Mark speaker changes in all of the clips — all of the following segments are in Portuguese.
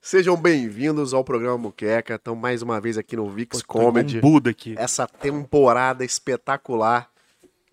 Speaker 1: Sejam bem-vindos ao programa Muqueca. Estamos mais uma vez aqui no Vix
Speaker 2: Pô, tô
Speaker 1: Comedy. É
Speaker 2: Um Buda aqui.
Speaker 1: Essa temporada espetacular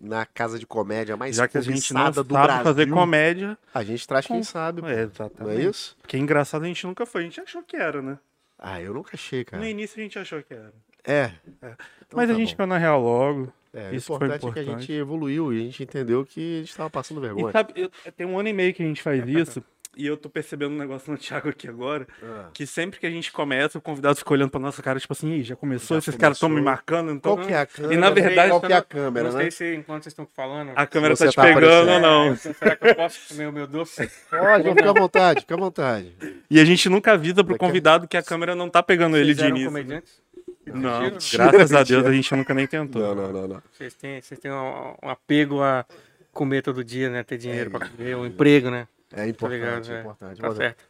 Speaker 1: na casa de comédia mais
Speaker 2: Já que a gente não
Speaker 1: cobiçada
Speaker 2: sabe
Speaker 1: do Brasil.
Speaker 2: fazer comédia.
Speaker 1: A gente traz quem sabe,
Speaker 2: É,
Speaker 1: não
Speaker 2: exatamente.
Speaker 1: é isso?
Speaker 2: Porque engraçado a gente nunca foi. A gente achou que era, né?
Speaker 1: Ah, eu nunca achei, cara.
Speaker 2: No início a gente achou que era.
Speaker 1: É. Então
Speaker 2: Mas
Speaker 1: tá
Speaker 2: a gente
Speaker 1: bom.
Speaker 2: caiu na real logo.
Speaker 1: É, o
Speaker 2: isso foi
Speaker 1: importante, é que a
Speaker 2: importante.
Speaker 1: gente evoluiu e a gente entendeu que a gente estava passando vergonha.
Speaker 2: E sabe, eu- tem um ano e meio que a gente faz isso. e eu tô percebendo um negócio no Thiago aqui agora.
Speaker 1: Ah.
Speaker 2: Que sempre que a gente começa, o convidado fica olhando pra nossa cara, tipo assim, Ih, já começou,
Speaker 1: Já
Speaker 2: esses caras estão me
Speaker 1: começou.
Speaker 2: marcando, então.
Speaker 1: Qual que é a câmera?
Speaker 2: E na verdade,
Speaker 1: qual que é a
Speaker 3: eu
Speaker 1: câmera,
Speaker 3: não
Speaker 1: né?
Speaker 3: sei Tá se enquanto vocês estão falando. É, então,
Speaker 2: A câmera
Speaker 1: Você
Speaker 2: tá te
Speaker 1: tá
Speaker 2: pegando ou
Speaker 1: aparecendo.
Speaker 2: não.
Speaker 3: Será que eu posso comer o meu doce?
Speaker 1: Pode, fica à vontade, fica à vontade.
Speaker 2: E a gente nunca avisa pro
Speaker 1: Daqui a-
Speaker 2: convidado que a câmera não tá pegando ele
Speaker 3: Vocês
Speaker 2: de
Speaker 3: eram
Speaker 2: início.
Speaker 3: comediantes?
Speaker 2: Não,
Speaker 3: Mentira. É
Speaker 2: graças a Deus a gente nunca nem tentou.
Speaker 1: Não, não, não, não.
Speaker 3: Vocês têm, vocês têm um, um apego a comer todo dia, né? Ter dinheiro pra comer, um emprego, né?
Speaker 1: É
Speaker 3: Tá
Speaker 1: importante,
Speaker 3: ligado?
Speaker 1: é
Speaker 3: né?
Speaker 1: importante.
Speaker 3: Tá
Speaker 1: Mas-
Speaker 3: certo.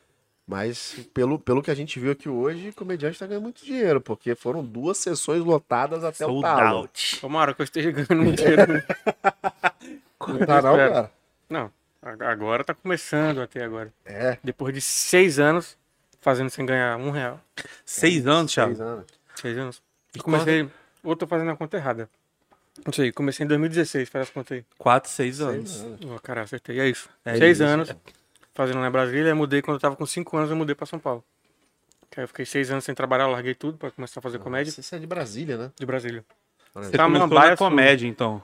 Speaker 1: Mas pelo, pelo que a gente viu aqui hoje, o comediante tá ganhando muito dinheiro, porque foram duas sessões lotadas até o
Speaker 2: Sold
Speaker 1: talo.
Speaker 2: out.
Speaker 3: Tomara que eu esteja ganhando um dinheiro. né?
Speaker 1: Não tá não,
Speaker 3: Espero.
Speaker 1: cara?
Speaker 3: Não, a- agora tá começando até agora.
Speaker 1: É,
Speaker 3: Depois de seis anos fazendo sem ganhar um real.
Speaker 2: Seis anos, Thiago.
Speaker 1: seis anos.
Speaker 3: Seis anos. Eu comecei. Ou tô fazendo a conta errada. Não sei, comecei em 2016, faz as contas aí.
Speaker 2: Quatro, seis anos.
Speaker 3: Ó, cara, acertei. É isso.
Speaker 2: É
Speaker 3: Seis
Speaker 2: isso,
Speaker 3: anos fazendo na Brasília. Eu mudei quando eu tava com cinco anos, eu mudei pra São Paulo. Que aí eu fiquei seis anos sem trabalhar, eu larguei tudo pra começar a fazer comédia
Speaker 1: Você é de Brasília, né?
Speaker 3: de Brasília.
Speaker 2: Você
Speaker 3: Tá,
Speaker 2: começou
Speaker 3: Mambaia
Speaker 2: na
Speaker 3: Sul.
Speaker 2: comédia, então.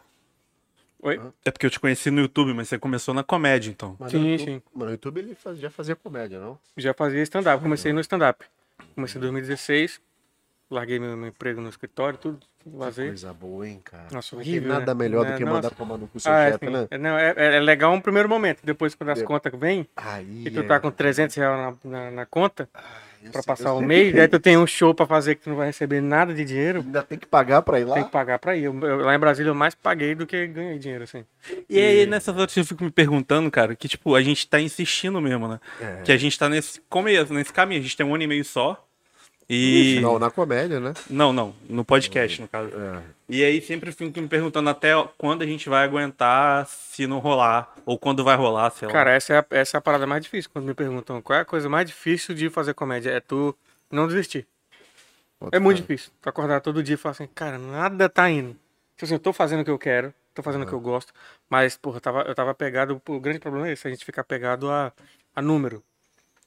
Speaker 3: Oi?
Speaker 2: É porque eu te conheci no YouTube, mas você começou na comédia, então.
Speaker 1: Mas
Speaker 3: Sim,
Speaker 1: no YouTube,
Speaker 3: sim.
Speaker 1: Mano, no YouTube ele faz- já fazia comédia, não?
Speaker 3: Já fazia stand-up, comecei no stand-up. Comecei em 2016, larguei meu, meu emprego no escritório, tudo, vazei.
Speaker 1: Coisa boa, hein, cara.
Speaker 3: Nossa,
Speaker 1: Não
Speaker 3: horrível,
Speaker 1: Tem nada
Speaker 3: né?
Speaker 1: melhor do
Speaker 3: É,
Speaker 1: que
Speaker 3: nossa.
Speaker 1: mandar tomar no cu seu
Speaker 3: Ah, é,
Speaker 1: chefe,
Speaker 3: sim.
Speaker 1: né?
Speaker 3: É, não, é, é legal um primeiro momento, depois quando as
Speaker 1: Deu.
Speaker 3: contas vêm
Speaker 1: Aí.
Speaker 3: e tu
Speaker 1: é-
Speaker 3: tá com 300 reais na, na, na conta
Speaker 1: eu
Speaker 3: pra
Speaker 1: sei-
Speaker 3: passar
Speaker 1: eu
Speaker 3: o
Speaker 1: sei.
Speaker 3: mês, aí tu tem um show pra fazer que tu não vai receber nada de dinheiro,
Speaker 1: Ainda tem que pagar pra ir lá?
Speaker 3: tem que pagar pra ir. Eu- eu- lá em Brasília eu mais paguei do que ganhei dinheiro, assim.
Speaker 2: E aí, nessas horas eu fico me perguntando, cara, que tipo, a gente tá insistindo mesmo, né?
Speaker 1: É.
Speaker 2: Que a gente tá nesse começo, nesse caminho. A gente tem um ano e meio só. E.
Speaker 1: Não, na comédia, né? É,
Speaker 2: Não, não, no podcast, no caso. E aí sempre fico me perguntando até quando a gente vai aguentar se não rolar. Ou quando vai rolar, sei lá.
Speaker 3: Cara, essa é, a, essa é a parada mais difícil quando me perguntam qual é a coisa mais difícil de fazer comédia. É tu não desistir. é muito difícil. Tu acordar todo dia e falar assim, cara, nada tá indo. Tipo assim, eu tô fazendo o que eu quero, tô fazendo o que eu gosto, mas, porra, eu tava, eu tava pegado. O grande problema é esse, a gente ficar pegado a, a número.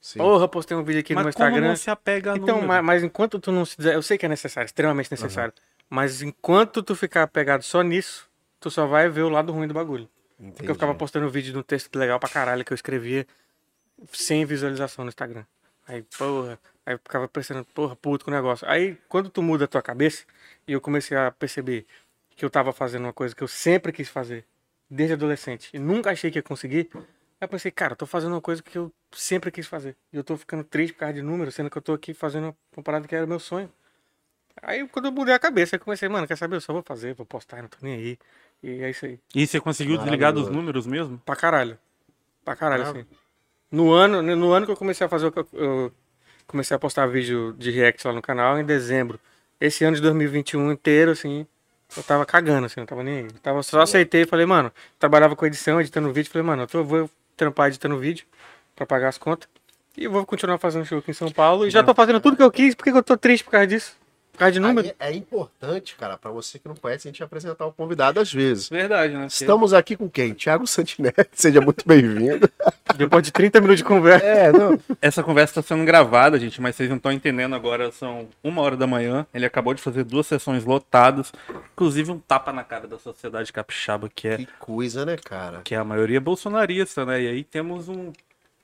Speaker 1: Sim.
Speaker 3: Porra, postei um vídeo aqui no meu
Speaker 2: mas como
Speaker 3: Instagram.
Speaker 2: não se apega a
Speaker 3: Então,
Speaker 2: número?
Speaker 3: ma- mas, enquanto tu não se des- eu sei que é necessário, extremamente necessário, mas enquanto tu ficar pegado só nisso, tu só vai ver o lado ruim do bagulho. Porque eu ficava postando vídeo de um texto legal pra caralho que eu escrevia sem visualização no Instagram. Aí, porra, aí eu ficava pensando, porra, puto com o negócio. Aí, quando tu muda a tua cabeça, e eu comecei a perceber que eu tava fazendo uma coisa que eu sempre quis fazer, desde adolescente, e nunca achei que ia conseguir, aí eu pensei, cara, eu tô fazendo uma coisa que eu sempre quis fazer. E eu tô ficando triste por causa de número, sendo que eu tô aqui fazendo uma parada que era o meu sonho. Aí, quando eu mudei a cabeça, eu comecei, mano, quer saber? Eu só vou fazer, vou postar, não tô nem aí. E é isso aí.
Speaker 2: E você conseguiu desligar dos
Speaker 1: Maravilhoso.
Speaker 2: números mesmo?
Speaker 3: Pra caralho. Pra caralho,
Speaker 1: Bravo.
Speaker 3: assim. No ano, no ano que eu comecei a fazer, o que eu, eu comecei a postar vídeo de react lá no canal em dezembro. Esse ano de 2021 inteiro, assim, eu tava cagando, assim, não tava nem aí. Eu tava, só aceitei e falei, mano, trabalhava com edição, editando vídeo. Falei, mano, eu tô, vou trampar editando vídeo pra pagar as contas. E eu vou continuar fazendo show aqui em São Paulo. E já tô fazendo tudo que eu quis, por que que eu tô triste por causa disso? Por causa de número?
Speaker 1: Aí É importante, cara, pra você que não conhece, a gente apresentar o convidado às vezes.
Speaker 2: Verdade, né?
Speaker 1: Estamos aqui com quem? Tiago Santinelli, seja muito bem-vindo.
Speaker 3: Depois de 30 minutos de conversa.
Speaker 1: É, não.
Speaker 2: Essa conversa está sendo gravada, gente, mas vocês não estão entendendo agora. São uma hora da manhã. Ele acabou de fazer duas sessões lotadas, inclusive um tapa na cara da sociedade capixaba, que é,
Speaker 1: Que coisa, né, cara?
Speaker 2: que é a maioria bolsonarista, né? E aí temos um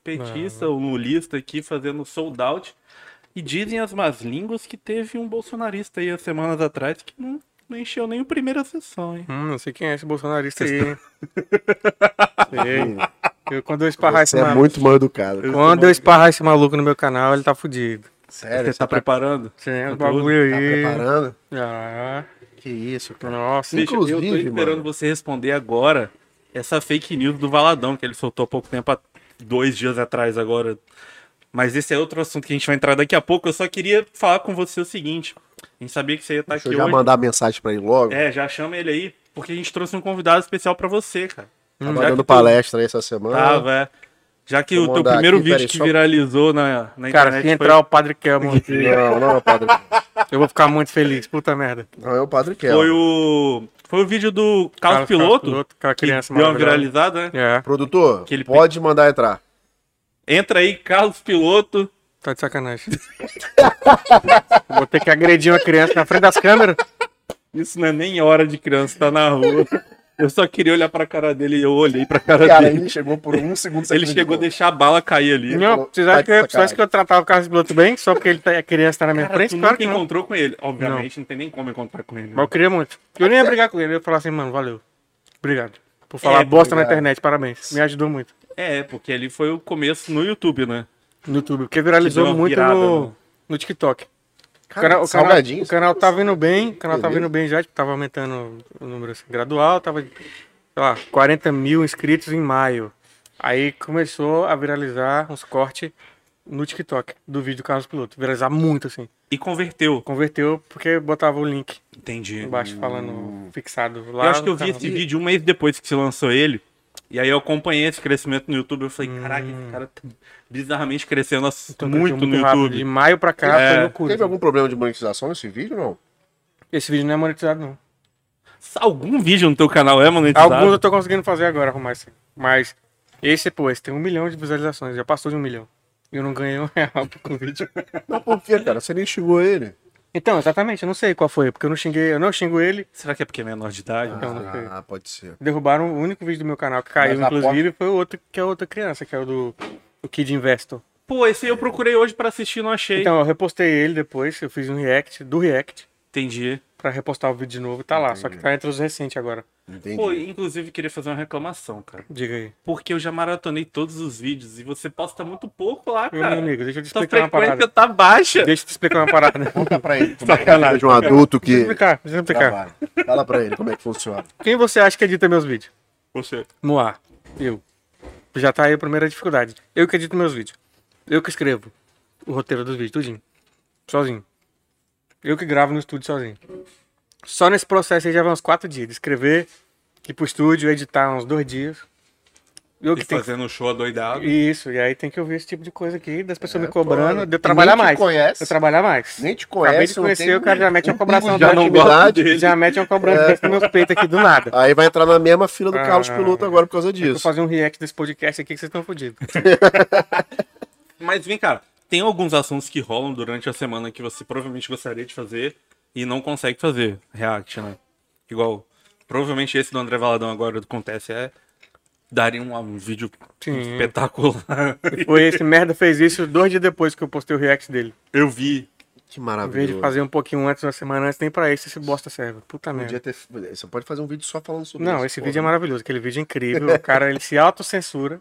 Speaker 2: petista, um lulista aqui fazendo sold out. E dizem as más línguas que teve um bolsonarista aí há semanas atrás que não, não encheu nem a primeira sessão, hein?
Speaker 3: Hum, não sei quem é esse bolsonarista aí, hein?
Speaker 1: Sim.
Speaker 3: Eu- quando eu esparrar esse
Speaker 1: Você é
Speaker 3: maluco-
Speaker 1: muito mal educado.
Speaker 3: Quando eu esparrar esse maluco no meu canal, ele tá fudido.
Speaker 1: Sério, é
Speaker 2: Você tá preparando?
Speaker 3: Sim, o
Speaker 2: Conteúdo
Speaker 3: bagulho
Speaker 1: tá
Speaker 3: aí.
Speaker 1: preparando?
Speaker 3: Ah,
Speaker 1: Que isso, cara.
Speaker 3: nossa.
Speaker 1: Sim.
Speaker 2: Bicho, eu tô
Speaker 1: Inclusive,
Speaker 2: esperando
Speaker 1: mano.
Speaker 2: você responder agora essa fake news do Valadão que ele soltou há pouco tempo, há dois dias atrás agora. Mas esse é outro assunto que a gente vai entrar daqui a pouco. Eu só queria falar com você o seguinte. A gente sabia que você ia estar
Speaker 1: Deixa eu
Speaker 2: Tá aqui
Speaker 1: já
Speaker 2: hoje.
Speaker 1: mandar mensagem pra ele logo.
Speaker 2: É, já chama ele aí, porque a gente trouxe um convidado especial pra você, cara.
Speaker 1: Tava
Speaker 2: Já que
Speaker 1: Tá Hum. dando
Speaker 2: tu
Speaker 1: palestra aí essa semana.
Speaker 2: Tava, é. Já que
Speaker 1: Vou
Speaker 2: o teu
Speaker 1: mandar
Speaker 2: primeiro
Speaker 1: aqui,
Speaker 2: vídeo
Speaker 1: peraí,
Speaker 2: que
Speaker 1: só- um
Speaker 2: viralizou na, na
Speaker 3: Cara,
Speaker 2: internet
Speaker 3: se
Speaker 2: foi-
Speaker 3: entrar o Padre Kelmo aqui,
Speaker 1: Não, não é o padre.
Speaker 3: eu vou ficar muito feliz. Puta merda.
Speaker 2: Tá
Speaker 1: Não é o padre
Speaker 2: foi,
Speaker 1: Kel.
Speaker 2: o foi o vídeo do Carlos, Piloto,
Speaker 3: Aquela
Speaker 2: que
Speaker 3: criança
Speaker 2: deu uma
Speaker 3: maravilhosa.
Speaker 2: viralizada, né?
Speaker 3: É,
Speaker 1: Produtor,
Speaker 2: Aquele pe-
Speaker 1: pode mandar entrar.
Speaker 2: Entra aí, Carlos Piloto.
Speaker 3: tá de sacanagem. vou ter que agredir uma criança na frente das câmeras.
Speaker 2: Isso não é nem hora de criança, tá na rua. Eu só queria olhar pra cara dele e eu olhei pra cara,
Speaker 1: Cara,
Speaker 2: dele.
Speaker 1: ele chegou por um segundo. você
Speaker 2: Ele chegou a
Speaker 1: acreditou.
Speaker 2: deixar a bala cair ali.
Speaker 1: Não,
Speaker 3: Não, vocês acham
Speaker 1: tá
Speaker 3: que,
Speaker 1: de
Speaker 3: vocês acham que eu tratava o Carlos Piloto bem? Só porque ele tá, a criança tá na minha
Speaker 2: Cara,
Speaker 3: frente?
Speaker 2: tu
Speaker 3: Claro
Speaker 2: nunca
Speaker 3: que não.
Speaker 2: encontrou com ele. Obviamente, não. tem nem como encontrar com ele. né?
Speaker 3: Mas eu queria muito. Eu nem ia brigar com ele, eu ia falar assim, mano, valeu. Obrigado. Por falar
Speaker 2: É,
Speaker 3: bosta na
Speaker 1: obrigado.
Speaker 3: internet, parabéns. Me ajudou muito.
Speaker 2: É, porque ali foi o começo no YouTube, né?
Speaker 3: No YouTube, porque
Speaker 2: Que
Speaker 3: viralizou
Speaker 2: deu uma
Speaker 3: muito
Speaker 2: virada,
Speaker 3: no,
Speaker 2: né?
Speaker 3: no TikTok. O
Speaker 1: Cara,
Speaker 3: canal- o, canal,
Speaker 1: salgadinho.
Speaker 3: o canal tava indo bem, o canal tava
Speaker 1: Beleza.
Speaker 3: indo bem já, tipo, tava aumentando o número assim, gradual, tava, sei lá, 40 mil inscritos em maio. Aí começou a viralizar uns cortes no TikTok do vídeo do Carlos Piloto. Viralizar muito, assim.
Speaker 2: E converteu.
Speaker 3: Converteu porque botava o link
Speaker 2: Entendi.
Speaker 3: embaixo falando fixado lá.
Speaker 2: Hum. eu acho que eu
Speaker 3: no
Speaker 2: vi
Speaker 3: canal.
Speaker 2: esse vídeo um mês depois que se lançou ele. E aí eu acompanhei esse crescimento no YouTube. Eu falei, caraca, esse cara tá bizarramente crescendo ass-
Speaker 3: Então, cresceu
Speaker 2: tá um muito, no
Speaker 3: rápido.
Speaker 2: YouTube.
Speaker 3: De maio pra cá
Speaker 2: É.
Speaker 3: foi loucura.
Speaker 1: Teve algum problema de monetização nesse vídeo, não?
Speaker 3: Esse vídeo não é monetizado, não.
Speaker 2: Algum vídeo no teu canal é monetizado?
Speaker 3: Alguns eu tô conseguindo fazer agora, arrumar assim. Mas esse, pô, esse tem um milhão de visualizações, já passou de um milhão. E eu não ganhei um real com o vídeo.
Speaker 1: Não, por quê, cara? Você nem xingou ele.
Speaker 3: Então, exatamente, eu não sei qual foi, porque eu não xinguei, eu não xingo ele.
Speaker 2: Será que é porque é menor de idade?
Speaker 3: Então, não sei.
Speaker 1: Ah, pode ser.
Speaker 3: Derrubaram o único vídeo do meu canal que caiu,
Speaker 1: Mas a
Speaker 3: inclusive, foi o outro que é outra criança, que é o do o Kid Investor.
Speaker 2: Pô, esse aí eu procurei hoje pra assistir e não achei.
Speaker 3: Então, eu repostei ele depois, eu fiz um react do react
Speaker 2: Entendi.
Speaker 3: pra repostar o vídeo de novo, tá lá, só que tá entre os recentes agora.
Speaker 1: Entendi.
Speaker 2: Pô, inclusive queria fazer uma reclamação, cara.
Speaker 3: Diga aí.
Speaker 2: Porque eu já maratonei todos os vídeos e você posta muito pouco lá,
Speaker 3: Meu
Speaker 2: cara.
Speaker 3: amigo, deixa eu te
Speaker 2: Sua
Speaker 3: explicar uma
Speaker 2: frequência
Speaker 3: parada.
Speaker 2: tá baixa.
Speaker 3: Deixa eu te explicar uma parada. Deixa
Speaker 1: Conta pra ele. Como é que é a vida de um adulto
Speaker 3: eu
Speaker 1: que
Speaker 3: explicar, deixa eu explicar.
Speaker 1: trabalha. Fala pra ele como é que funciona.
Speaker 3: Quem você acha que edita meus vídeos?
Speaker 2: Você.
Speaker 3: Moá. Eu. Já tá aí a primeira dificuldade. Eu que edito meus vídeos. Eu que escrevo o roteiro dos vídeos, tudinho. Sozinho. Eu que gravo no estúdio sozinho. Só nesse processo aí já vai uns quatro dias. De escrever, ir pro estúdio, editar uns dois dias. Eu que
Speaker 2: E
Speaker 3: tenho
Speaker 2: fazendo um show adoidado.
Speaker 3: que... Isso, e aí tem que ouvir esse tipo de coisa aqui, das pessoas me
Speaker 1: É, pô,
Speaker 3: cobrando,
Speaker 1: e
Speaker 3: de eu trabalhar
Speaker 1: nem te
Speaker 3: mais.
Speaker 1: conhece.
Speaker 3: De eu trabalhar mais.
Speaker 1: Nem te
Speaker 3: Acabei
Speaker 1: conhece, um
Speaker 3: de conhecer, o cara já mete uma cobração
Speaker 1: já não
Speaker 3: dessa.
Speaker 1: gosta
Speaker 2: dele.
Speaker 3: Já mete uma cobrança
Speaker 1: É.
Speaker 3: dessa no meus peitos aqui do nada.
Speaker 1: Aí vai entrar na mesma fila do
Speaker 3: Ah,
Speaker 1: Carlos Piloto agora por causa
Speaker 3: Vou
Speaker 1: disso.
Speaker 3: fazer um react desse podcast aqui que vocês estão fodidos.
Speaker 2: Mas vem, cara, tem alguns assuntos que rolam durante a semana que você provavelmente gostaria de fazer e não consegue fazer. React, né? Igual, provavelmente esse do André Valadão agora acontece é. Daria um, um vídeo
Speaker 3: Sim.
Speaker 2: espetacular.
Speaker 3: Foi esse merda fez isso dois dias depois que eu postei o react dele.
Speaker 2: Eu vi.
Speaker 1: Que
Speaker 3: Em vez de
Speaker 1: maravilha.
Speaker 3: fazer um pouquinho antes, uma semana antes, nem pra esse esse bosta serve. Puta
Speaker 1: Podia
Speaker 3: merda.
Speaker 1: ter... Você pode fazer um vídeo só falando sobre isso.
Speaker 3: Não, esse
Speaker 1: pô. né?
Speaker 3: vídeo é maravilhoso. Aquele vídeo é incrível. O cara, ele se autocensura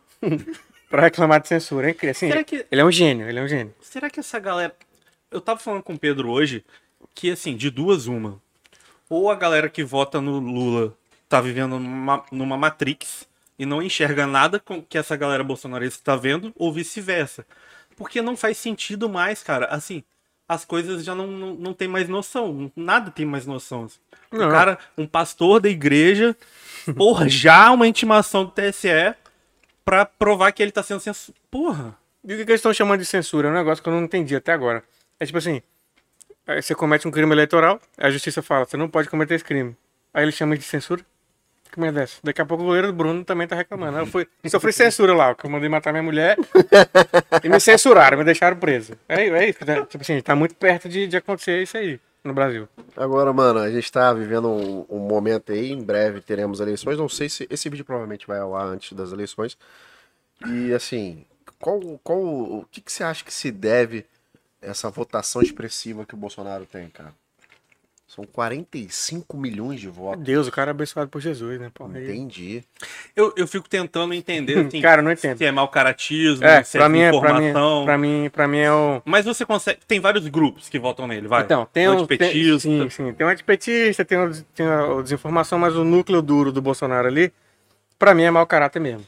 Speaker 3: pra reclamar de censura. É incrível. Assim,
Speaker 2: Será que-
Speaker 3: Ele é um gênio, ele é um gênio.
Speaker 2: Será que essa galera. Eu tava falando com o Pedro hoje que, assim, de duas, uma. Ou a galera que vota no Lula tá vivendo numa, numa Matrix e não enxerga nada com que essa galera bolsonarista tá vendo, ou vice-versa. Porque não faz sentido mais, cara. Assim, as coisas já não, não, não tem mais noção. Nada tem mais noção. assim.
Speaker 3: Não.
Speaker 2: O cara, um pastor da igreja, forjar uma intimação do TSE pra provar que ele tá sendo censurado. Porra!
Speaker 3: E o que que eles estão chamando de censura? É um negócio que eu não entendi até agora. É tipo assim, aí você comete um crime eleitoral, a justiça fala, você não pode cometer esse crime. Aí eles chamam de censura? Que merda é essa? Daqui a pouco o goleiro Bruno também tá reclamando. Eu fui, sofri censura lá, que eu mandei matar minha mulher e me censuraram, me deixaram preso. É, é isso, né? tipo assim, tá muito perto de, de acontecer isso aí no Brasil.
Speaker 1: Agora, mano, a gente tá vivendo um, um momento aí, em breve teremos eleições. Não sei se esse vídeo provavelmente vai ao ar antes das eleições. E assim, qual, qual o que, que você acha que se deve essa votação expressiva que o Bolsonaro tem, cara? São 45 milhões de
Speaker 3: Meu
Speaker 1: votos.
Speaker 3: Deus, o cara é abençoado por Jesus, né? Porra, aí-
Speaker 1: Entendi.
Speaker 2: Eu, eu fico tentando entender, assim,
Speaker 3: Cara, eu não entendo.
Speaker 2: se é mau caratismo,
Speaker 3: É,
Speaker 2: se
Speaker 3: pra mim, é, pra, mim,
Speaker 2: informação.
Speaker 3: pra, mim, pra mim é o...
Speaker 2: Mas você consegue. Tem vários grupos que votam nele, vai.
Speaker 3: Então, tem um
Speaker 2: Antipetista.
Speaker 3: Tem, sim, sim. Tem o antipetista, tem o, tem o desinformação, mas o núcleo duro do Bolsonaro ali, pra mim é mau caráter mesmo.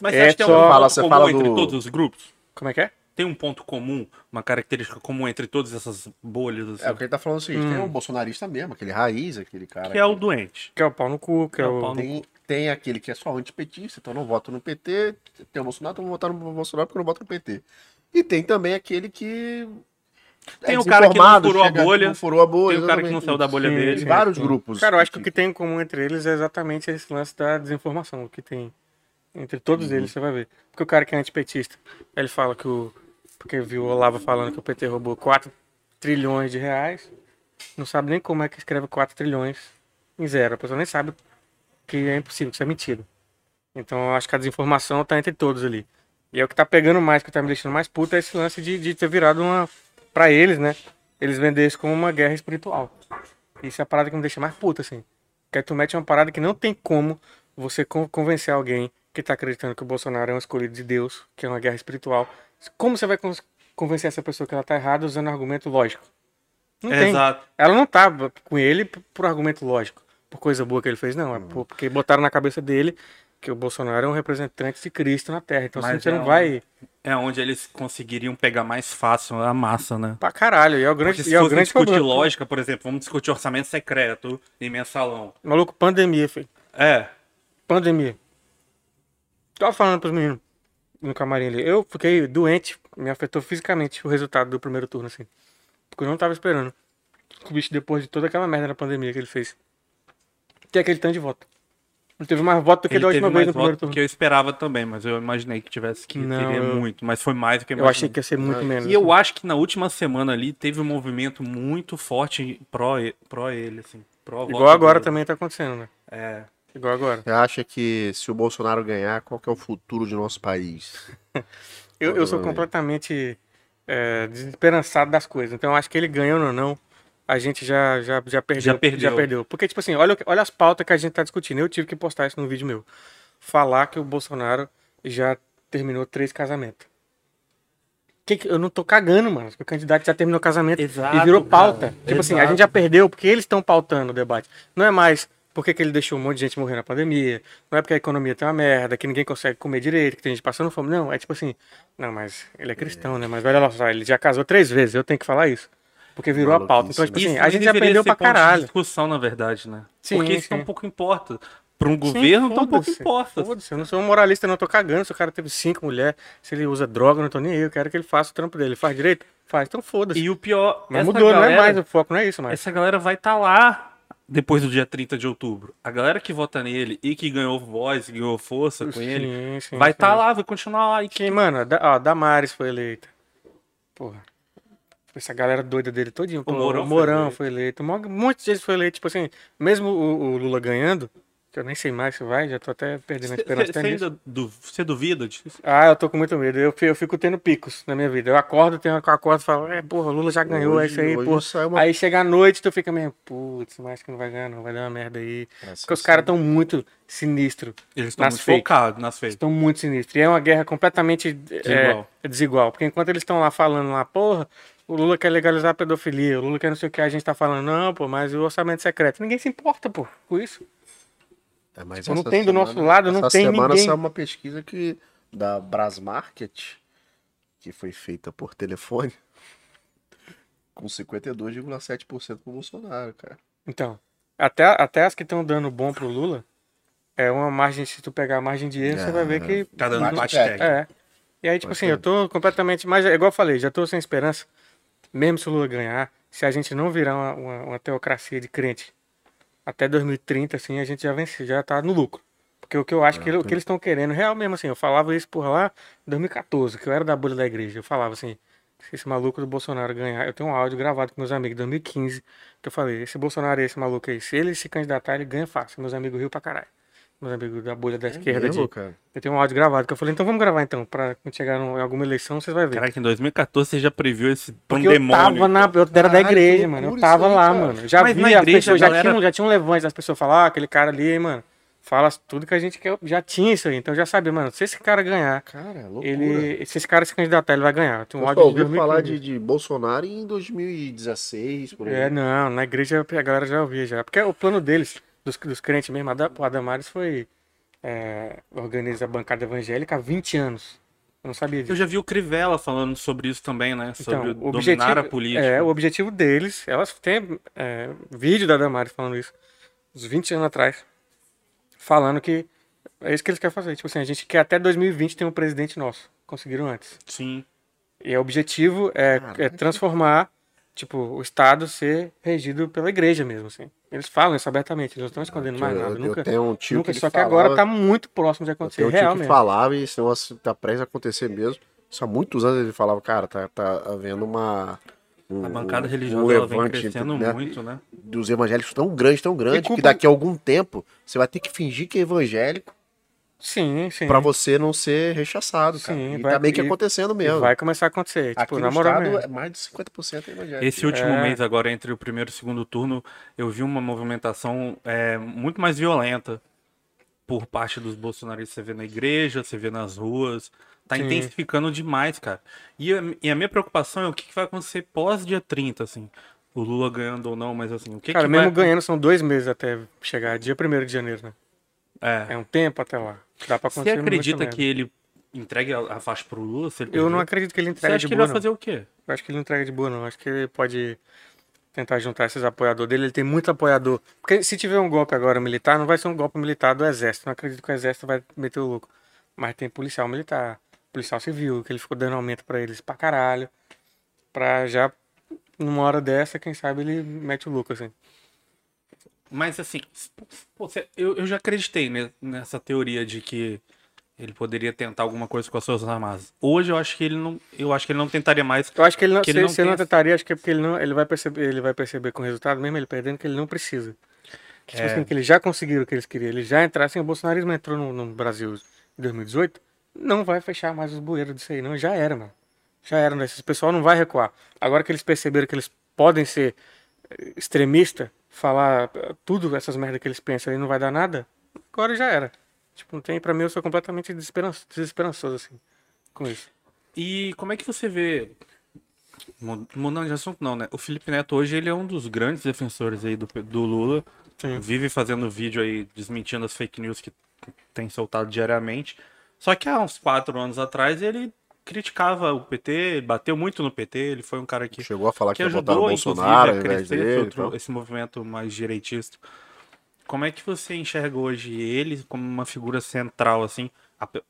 Speaker 2: Mas
Speaker 3: É
Speaker 2: você acha que é um
Speaker 3: só-
Speaker 2: ponto
Speaker 1: Fala- você
Speaker 2: comum
Speaker 1: fala
Speaker 2: entre
Speaker 1: do-
Speaker 2: todos os grupos?
Speaker 3: Como é que é?
Speaker 2: tem um ponto comum, uma característica comum entre todas essas bolhas, assim,
Speaker 1: É, o que ele tá falando é o seguinte: tem um bolsonarista mesmo, aquele raiz, aquele cara.
Speaker 2: que é o doente.
Speaker 3: Que é o pau no cu, que é,
Speaker 2: É o
Speaker 3: o.
Speaker 2: pau no
Speaker 1: Tem, tem aquele que é só antipetista, então não voto no PT. Tem o Bolsonaro, então vou votar no Bolsonaro porque eu não voto no PT. E tem também aquele que. é
Speaker 2: Tem o cara que não
Speaker 1: desinformado,
Speaker 2: furou a bolha,
Speaker 1: Não furou a bolha.
Speaker 2: Tem o cara que não
Speaker 1: exatamente.
Speaker 2: saiu da bolha
Speaker 3: Sim,
Speaker 2: dele.
Speaker 1: Tem
Speaker 3: sim.
Speaker 1: vários grupos.
Speaker 3: Cara, eu acho que o que tem em comum entre eles é exatamente esse lance da desinformação, o que tem entre todos
Speaker 2: Uhum.
Speaker 3: eles, você vai ver. Porque o cara que é antipetista, ele fala que o. Porque viu o Olavo falando que o PT roubou 4 trilhões de reais, não sabe nem como é que escreve 4 trilhões em zero. A pessoa nem sabe que é impossível, que isso é mentira. Então eu acho que a desinformação tá entre todos ali. E é o que tá pegando mais, que tá me deixando mais puto, é esse lance de, de ter virado uma. Pra eles, né? Eles vendem isso como uma guerra espiritual. Isso é a parada que me deixa mais puto, assim. Que aí tu mete uma parada que não tem como você con- convencer alguém que tá acreditando que o Bolsonaro é um escolhido de Deus, que é uma guerra espiritual. Como você vai cons- convencer essa pessoa que ela tá errada usando argumento lógico?
Speaker 2: É,
Speaker 3: Não tem.
Speaker 2: Exato.
Speaker 3: Ela não tá com ele p- por argumento lógico, por coisa boa que ele fez, não. É por- porque botaram na cabeça dele que o Bolsonaro é um representante de Cristo na Terra. Então assim,
Speaker 2: Mas
Speaker 3: você
Speaker 2: é
Speaker 3: não
Speaker 2: um-
Speaker 3: vai
Speaker 2: É onde eles conseguiriam pegar mais fácil a massa, né?
Speaker 3: pra caralho. E é o grande,
Speaker 2: Porque
Speaker 3: e
Speaker 2: se
Speaker 3: é o
Speaker 2: fosse
Speaker 3: grande
Speaker 2: discutir
Speaker 3: problema.
Speaker 2: lógica, por exemplo, vamos discutir orçamento secreto e mensalão.
Speaker 3: Maluco, pandemia, filho.
Speaker 2: É,
Speaker 3: pandemia. Tava falando pros meninos no camarim ali. Eu fiquei doente, me afetou fisicamente o resultado do primeiro turno, assim. Porque eu não tava esperando. O bicho, depois de toda aquela merda na pandemia que ele fez, tem aquele tanto de voto. Não teve mais voto do que
Speaker 2: ele
Speaker 3: da última
Speaker 2: teve
Speaker 3: vez
Speaker 2: mais
Speaker 3: no primeiro
Speaker 2: votos do
Speaker 3: turno.
Speaker 2: que eu esperava também, mas eu imaginei que tivesse que
Speaker 3: Não,
Speaker 2: teria
Speaker 3: eu-
Speaker 2: muito, mas foi mais do que
Speaker 3: Eu achei que ia ser muito menos.
Speaker 2: E eu acho que na última semana ali teve um movimento muito forte pró, e- pró ele, assim. Pró
Speaker 3: Igual
Speaker 2: voto
Speaker 3: agora
Speaker 2: dele.
Speaker 3: também tá acontecendo, né?
Speaker 2: É.
Speaker 3: Igual agora.
Speaker 1: Você acha que se o Bolsonaro ganhar, qual que é o futuro de nosso país?
Speaker 3: Eu, eu sou
Speaker 1: Provavelmente.
Speaker 3: completamente é, desesperançado das coisas. Então, eu acho que ele ganhando ou não, a gente já, já, já perdeu.
Speaker 2: Já perdeu.
Speaker 3: Porque, tipo assim, olha, o que- olha as pautas que a gente tá discutindo. Eu tive que postar isso num vídeo meu. Falar que o Bolsonaro já terminou três casamentos. Que que- eu não tô cagando, mano. porque O candidato já terminou casamento
Speaker 2: Exato,
Speaker 3: e virou pauta.
Speaker 2: cara.
Speaker 3: Tipo assim, a
Speaker 2: Exato.
Speaker 3: gente já perdeu porque eles estão pautando o debate. Não é mais porque que ele deixou um monte de gente morrer na pandemia. Não é porque a economia tá uma merda, que ninguém consegue comer direito, que tem gente passando fome. Não, é tipo assim, não, mas ele é cristão, né? Mas olha só, ele já casou três vezes, eu tenho que falar isso. Porque virou a pauta. Então, tipo
Speaker 1: Maluquice,
Speaker 2: né?
Speaker 3: assim,
Speaker 2: Isso
Speaker 3: a
Speaker 2: nem
Speaker 3: gente já
Speaker 2: deveria
Speaker 3: perdeu
Speaker 2: ser
Speaker 3: pra
Speaker 2: ponto de
Speaker 3: caralho.
Speaker 2: discussão, na verdade, né?
Speaker 3: Sim,
Speaker 2: Porque isso
Speaker 3: sim.
Speaker 2: tão pouco importa. Para um governo, tão pouco
Speaker 3: foda-se,
Speaker 2: importa.
Speaker 3: foda-se, Eu não sou um moralista, não, eu tô cagando. Se o cara teve cinco mulheres, se ele usa droga, eu não tô nem aí. Eu quero que ele faça o trampo dele. Ele faz direito? Faz, então foda-se.
Speaker 2: E o pior,
Speaker 3: Mas
Speaker 2: essa
Speaker 3: mudou, não é
Speaker 2: galera-
Speaker 3: mais, o foco não é isso mais.
Speaker 2: Essa galera vai estar lá depois do dia 30 de outubro. A galera que vota nele e que ganhou voz, ganhou força com ele,
Speaker 3: Sim, sim,
Speaker 2: vai
Speaker 3: sim.
Speaker 2: estar lá, vai continuar lá. E
Speaker 3: Quem, mano, a da, ó, a Damares foi eleita. Porra. Essa galera doida dele todinho. pô, O Mourão,
Speaker 2: Mourão foi eleito.
Speaker 3: foi eleito. Um monte de gente foi eleito. Tipo assim, mesmo o, o Lula ganhando, que eu nem sei mais se vai, já tô até perdendo a esperança até nisso.
Speaker 2: Você duvida disso?
Speaker 3: Ah, eu tô com muito medo. Eu, fi- eu fico tendo picos na minha vida. Eu acordo, tenho eu acordo e falo, é, porra, o Lula já ganhou,
Speaker 1: Hoje-
Speaker 3: é isso aí,
Speaker 1: hoje
Speaker 3: porra.
Speaker 1: saiu uma-
Speaker 3: Aí chega a noite, tu fica meio, putz, mas que não vai ganhar, não, vai dar uma merda aí.
Speaker 1: Graças
Speaker 3: Porque os
Speaker 1: a
Speaker 3: caras tão muito sinistros.
Speaker 2: Eles estão
Speaker 3: Nas
Speaker 2: muito
Speaker 3: fake.
Speaker 2: focados nas
Speaker 3: Eles
Speaker 2: feitas.
Speaker 3: estão muito sinistros. E é uma guerra completamente desigual.
Speaker 2: Desigual.
Speaker 3: desigual. Porque enquanto eles estão lá falando lá, porra, o Lula quer legalizar a pedofilia, o Lula quer não sei o que, a gente tá falando, não, pô, mas o orçamento secreto. Ninguém se importa, pô, com isso.
Speaker 1: É, mas
Speaker 3: Tipo, não
Speaker 1: essa
Speaker 3: tem do nosso lado, não
Speaker 1: essa
Speaker 3: tem
Speaker 1: semana
Speaker 3: ninguém.
Speaker 1: saiu uma pesquisa que da Brasmarket, que foi feita por telefone, com 52,7% pro Bolsonaro, cara.
Speaker 3: Então, até, até as que estão dando bom pro Lula, é uma margem, se tu pegar a margem de erro, você vai ver que.
Speaker 2: Tá dando
Speaker 1: Bate
Speaker 2: bate
Speaker 1: pé.
Speaker 2: tag.
Speaker 3: É. E aí, tipo
Speaker 1: Pode
Speaker 3: assim,
Speaker 1: ser.
Speaker 3: eu tô completamente. Mas, é igual eu falei, já tô sem esperança. Mesmo se o Lula ganhar, se a gente não virar uma, uma- uma teocracia de crente até 2030, assim, a gente já venceu, já tá no lucro. Porque o que eu acho que, o que eles estão querendo, real mesmo, assim, eu falava isso por lá em 2014, que eu era da bolha da igreja. Eu falava assim: se esse maluco do Bolsonaro ganhar, eu tenho um áudio gravado com meus amigos em 2015, que eu falei: esse Bolsonaro e esse maluco aí, se ele se candidatar, ele ganha fácil. Meus amigos riu pra caralho. Meus amigos da bolha da esquerda de,
Speaker 1: É Mesmo, cara.
Speaker 3: eu tenho um áudio gravado que eu falei, então vamos gravar então, pra quando chegar no- em alguma eleição, vocês vão ver.
Speaker 2: Caraca, em 2014 você já previu esse
Speaker 3: é. Porque eu tava
Speaker 2: pandemônio.
Speaker 3: na. Eu era da
Speaker 1: Caralho,
Speaker 3: igreja,
Speaker 1: que
Speaker 3: mano. Eu
Speaker 1: loucura
Speaker 3: tava
Speaker 1: isso aí,
Speaker 3: lá,
Speaker 1: cara.
Speaker 3: mano. Já
Speaker 2: Mas
Speaker 3: vi
Speaker 2: na
Speaker 3: as
Speaker 2: igreja,
Speaker 3: pessoas,
Speaker 2: a
Speaker 3: já,
Speaker 2: galera-
Speaker 3: tinham, já tinham levantes das pessoas falar, ah, aquele cara ali, mano, fala tudo que a gente quer. Já tinha isso aí, então eu já sabia, mano. Se esse cara ganhar,
Speaker 1: Cara, é loucura.
Speaker 3: ele. Se esse cara se candidatar, ele vai ganhar. Tem um
Speaker 1: Eu
Speaker 3: áudio
Speaker 1: só
Speaker 3: de
Speaker 1: ouvi
Speaker 3: 2015.
Speaker 1: falar de, de Bolsonaro em 2016, por aí.
Speaker 3: É, não, na igreja a galera já ouvia já. Porque o plano deles, dos, dos crentes mesmo, a da- o Adamares foi é, organiza a bancada evangélica há 20 anos. Eu não sabia disso.
Speaker 2: Eu já vi o Crivella falando sobre isso também, né? Sobre
Speaker 3: Então, o
Speaker 2: dominar
Speaker 3: objetivo,
Speaker 2: a política.
Speaker 3: É, o objetivo deles, elas têm é, vídeo da Damares falando isso, uns 20 anos atrás, falando que é isso que eles querem fazer. Tipo assim, a gente quer até 2020 ter um presidente nosso. Conseguiram antes.
Speaker 2: Sim.
Speaker 3: E o objetivo é,
Speaker 1: Ah,
Speaker 3: é transformar, tipo, o Estado ser regido pela igreja mesmo, assim. Eles falam isso abertamente, eles não estão escondendo
Speaker 1: Ah,
Speaker 3: mais
Speaker 1: eu,
Speaker 3: nada.
Speaker 1: eu
Speaker 3: nunca,
Speaker 1: tenho um tio
Speaker 3: nunca,
Speaker 1: que
Speaker 3: só que
Speaker 1: falava-
Speaker 3: agora tá muito próximo de acontecer,
Speaker 1: Eu tinha
Speaker 3: real
Speaker 1: que
Speaker 3: mesmo.
Speaker 1: falava e esse negócio tá prestes a acontecer mesmo. Isso há muitos anos ele falava, cara, tá, tá havendo uma. Um,
Speaker 2: A bancada
Speaker 1: um
Speaker 2: religiosa ela vem
Speaker 1: levante,
Speaker 2: crescendo
Speaker 1: né,
Speaker 2: muito, né?
Speaker 1: Dos evangélicos tão grande, tão grande,
Speaker 3: culpa-
Speaker 1: que daqui a algum tempo você vai ter que fingir que é evangélico
Speaker 3: Sim, sim.
Speaker 1: pra você não ser rechaçado, cara.
Speaker 3: Sim,
Speaker 1: e
Speaker 3: vai-
Speaker 1: tá meio que
Speaker 3: e-
Speaker 1: acontecendo
Speaker 3: E
Speaker 1: mesmo.
Speaker 3: Vai começar a acontecer.
Speaker 1: Aqui
Speaker 3: Tipo,
Speaker 1: no
Speaker 3: na moral
Speaker 1: estado,
Speaker 3: mesmo.
Speaker 1: é mais de 50% é evangélico.
Speaker 2: Esse último
Speaker 3: É.
Speaker 2: mês agora, entre o primeiro e o segundo turno, eu vi uma movimentação é, muito mais violenta por parte dos bolsonaristas. Você vê na igreja, você vê nas ruas. Tá
Speaker 3: Sim.
Speaker 2: intensificando demais, cara. E a, e a minha preocupação é o que, que vai acontecer pós dia 30, assim. O Lula ganhando ou não, mas assim, o que
Speaker 3: Cara,
Speaker 2: que
Speaker 3: mesmo
Speaker 2: vai...
Speaker 3: ganhando são dois meses até chegar, dia 1 de janeiro, né?
Speaker 2: É.
Speaker 3: É um tempo até lá. Dá pra
Speaker 2: Você
Speaker 3: acontecer muita
Speaker 2: acredita
Speaker 3: merda.
Speaker 2: que ele entregue a, a faixa pro Lula? Se ele
Speaker 3: Eu
Speaker 2: perder?
Speaker 3: não acredito que ele
Speaker 2: Você
Speaker 3: entregue
Speaker 2: acha
Speaker 3: de
Speaker 2: que ele
Speaker 3: boa,
Speaker 2: vai
Speaker 3: não.
Speaker 2: fazer o quê?
Speaker 3: Eu acho que ele não entrega de boa, não. Eu acho que ele pode tentar juntar esses apoiadores dele. Ele tem muito apoiador. Porque se tiver um golpe agora militar, não vai ser um golpe militar do exército. Não acredito que o exército vai meter o louco. Mas tem policial militar, policial civil, que ele ficou dando aumento pra eles pra caralho. Pra já, numa hora dessa, quem sabe ele mete o louco, assim.
Speaker 2: Mas assim, pô, cê- eu, eu já acreditei ne- nessa teoria de que ele poderia tentar alguma coisa com as suas armas. Hoje eu acho que ele não, eu acho que ele não tentaria mais.
Speaker 3: Eu acho que ele não,
Speaker 2: Que
Speaker 3: se,
Speaker 2: ele
Speaker 3: se ele
Speaker 2: não
Speaker 3: não,
Speaker 2: tem essa-
Speaker 3: tentaria, acho que é porque ele não, ele vai perceber, ele vai perceber com o resultado, mesmo ele perdendo, que ele não precisa. Que,
Speaker 2: É.
Speaker 3: tipo assim, que eles já conseguiram o que eles queriam, eles já entraram, assim, o bolsonarismo entrou no, no Brasil em 2018, não vai fechar mais os bueiros disso aí, não, já era, mano. Já era, né? esse pessoal não vai recuar. Agora que eles perceberam que eles podem ser eh, extremista, falar eh, tudo essas merdas que eles pensam e não vai dar nada, agora já era. Tipo, não tem, pra mim eu sou completamente desesperan- desesperançoso, assim, com isso.
Speaker 2: E como é que você vê mu- mudando de assunto não, né? O Felipe Neto hoje ele é um dos grandes defensores aí do, P- do Lula.
Speaker 3: Sim.
Speaker 2: Vive fazendo vídeo aí desmentindo as fake news que tem soltado diariamente. Só que há uns quatro anos atrás ele criticava o PT, ele bateu muito no PT, ele foi um cara que
Speaker 1: Chegou a falar que,
Speaker 2: que
Speaker 1: ia votar no
Speaker 2: ajudou, inclusive,
Speaker 1: Bolsonaro ao
Speaker 2: a
Speaker 1: invés
Speaker 2: crescer
Speaker 1: dele.
Speaker 2: esse,
Speaker 1: e
Speaker 2: outro-
Speaker 1: tal.
Speaker 2: esse movimento mais direitista. Como é que você enxerga hoje ele como uma figura central, assim, a pe-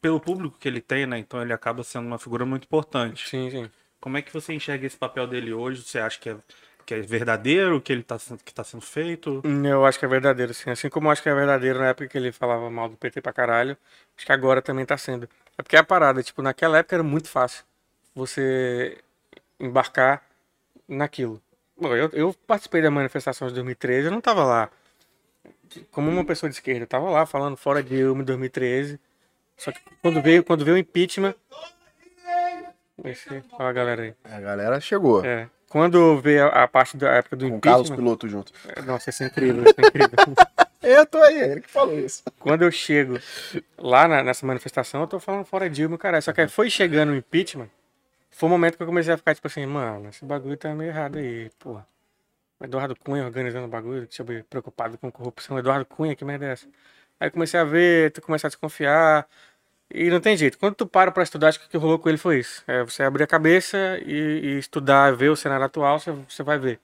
Speaker 2: pelo público que ele tem, né? Então ele acaba sendo uma figura muito importante.
Speaker 3: Sim, sim.
Speaker 2: Como é que você enxerga esse papel dele hoje? Você acha que é, que é verdadeiro, que ele tá, sendo- que tá sendo feito?
Speaker 3: Hum, Eu acho que é verdadeiro, sim. Assim como eu acho que é verdadeiro na época que ele falava mal do PT pra caralho, acho que agora também tá sendo. É porque é a parada, tipo, naquela época era muito fácil você embarcar naquilo. Bom, eu, eu participei da manifestação de 2013, eu não tava lá como uma pessoa de esquerda, eu tava lá falando fora Dilma em 2013. Só que quando veio, quando veio o impeachment. Esse, olha a galera aí.
Speaker 1: A galera chegou.
Speaker 3: É. Quando veio a, a parte da época do
Speaker 1: Com Carlos
Speaker 3: impeachment.
Speaker 1: Piloto junto.
Speaker 3: Nossa, isso é incrível, isso é incrível.
Speaker 1: Eu tô aí, ele que falou isso.
Speaker 3: Quando eu chego lá na- nessa manifestação, eu tô falando fora Dilma, caralho. Só que aí foi chegando o impeachment, foi o momento que eu comecei a ficar tipo assim, mano, esse bagulho tá meio errado aí, porra. O Eduardo Cunha organizando o bagulho, deixa eu ver, preocupado com corrupção. Eduardo Cunha, que merda é essa? Aí eu comecei a ver, tu começa a desconfiar. E não tem jeito. Quando tu para pra estudar, acho que o que rolou com ele foi isso. É você abrir a cabeça e, e estudar, ver o cenário atual, você, você vai ver.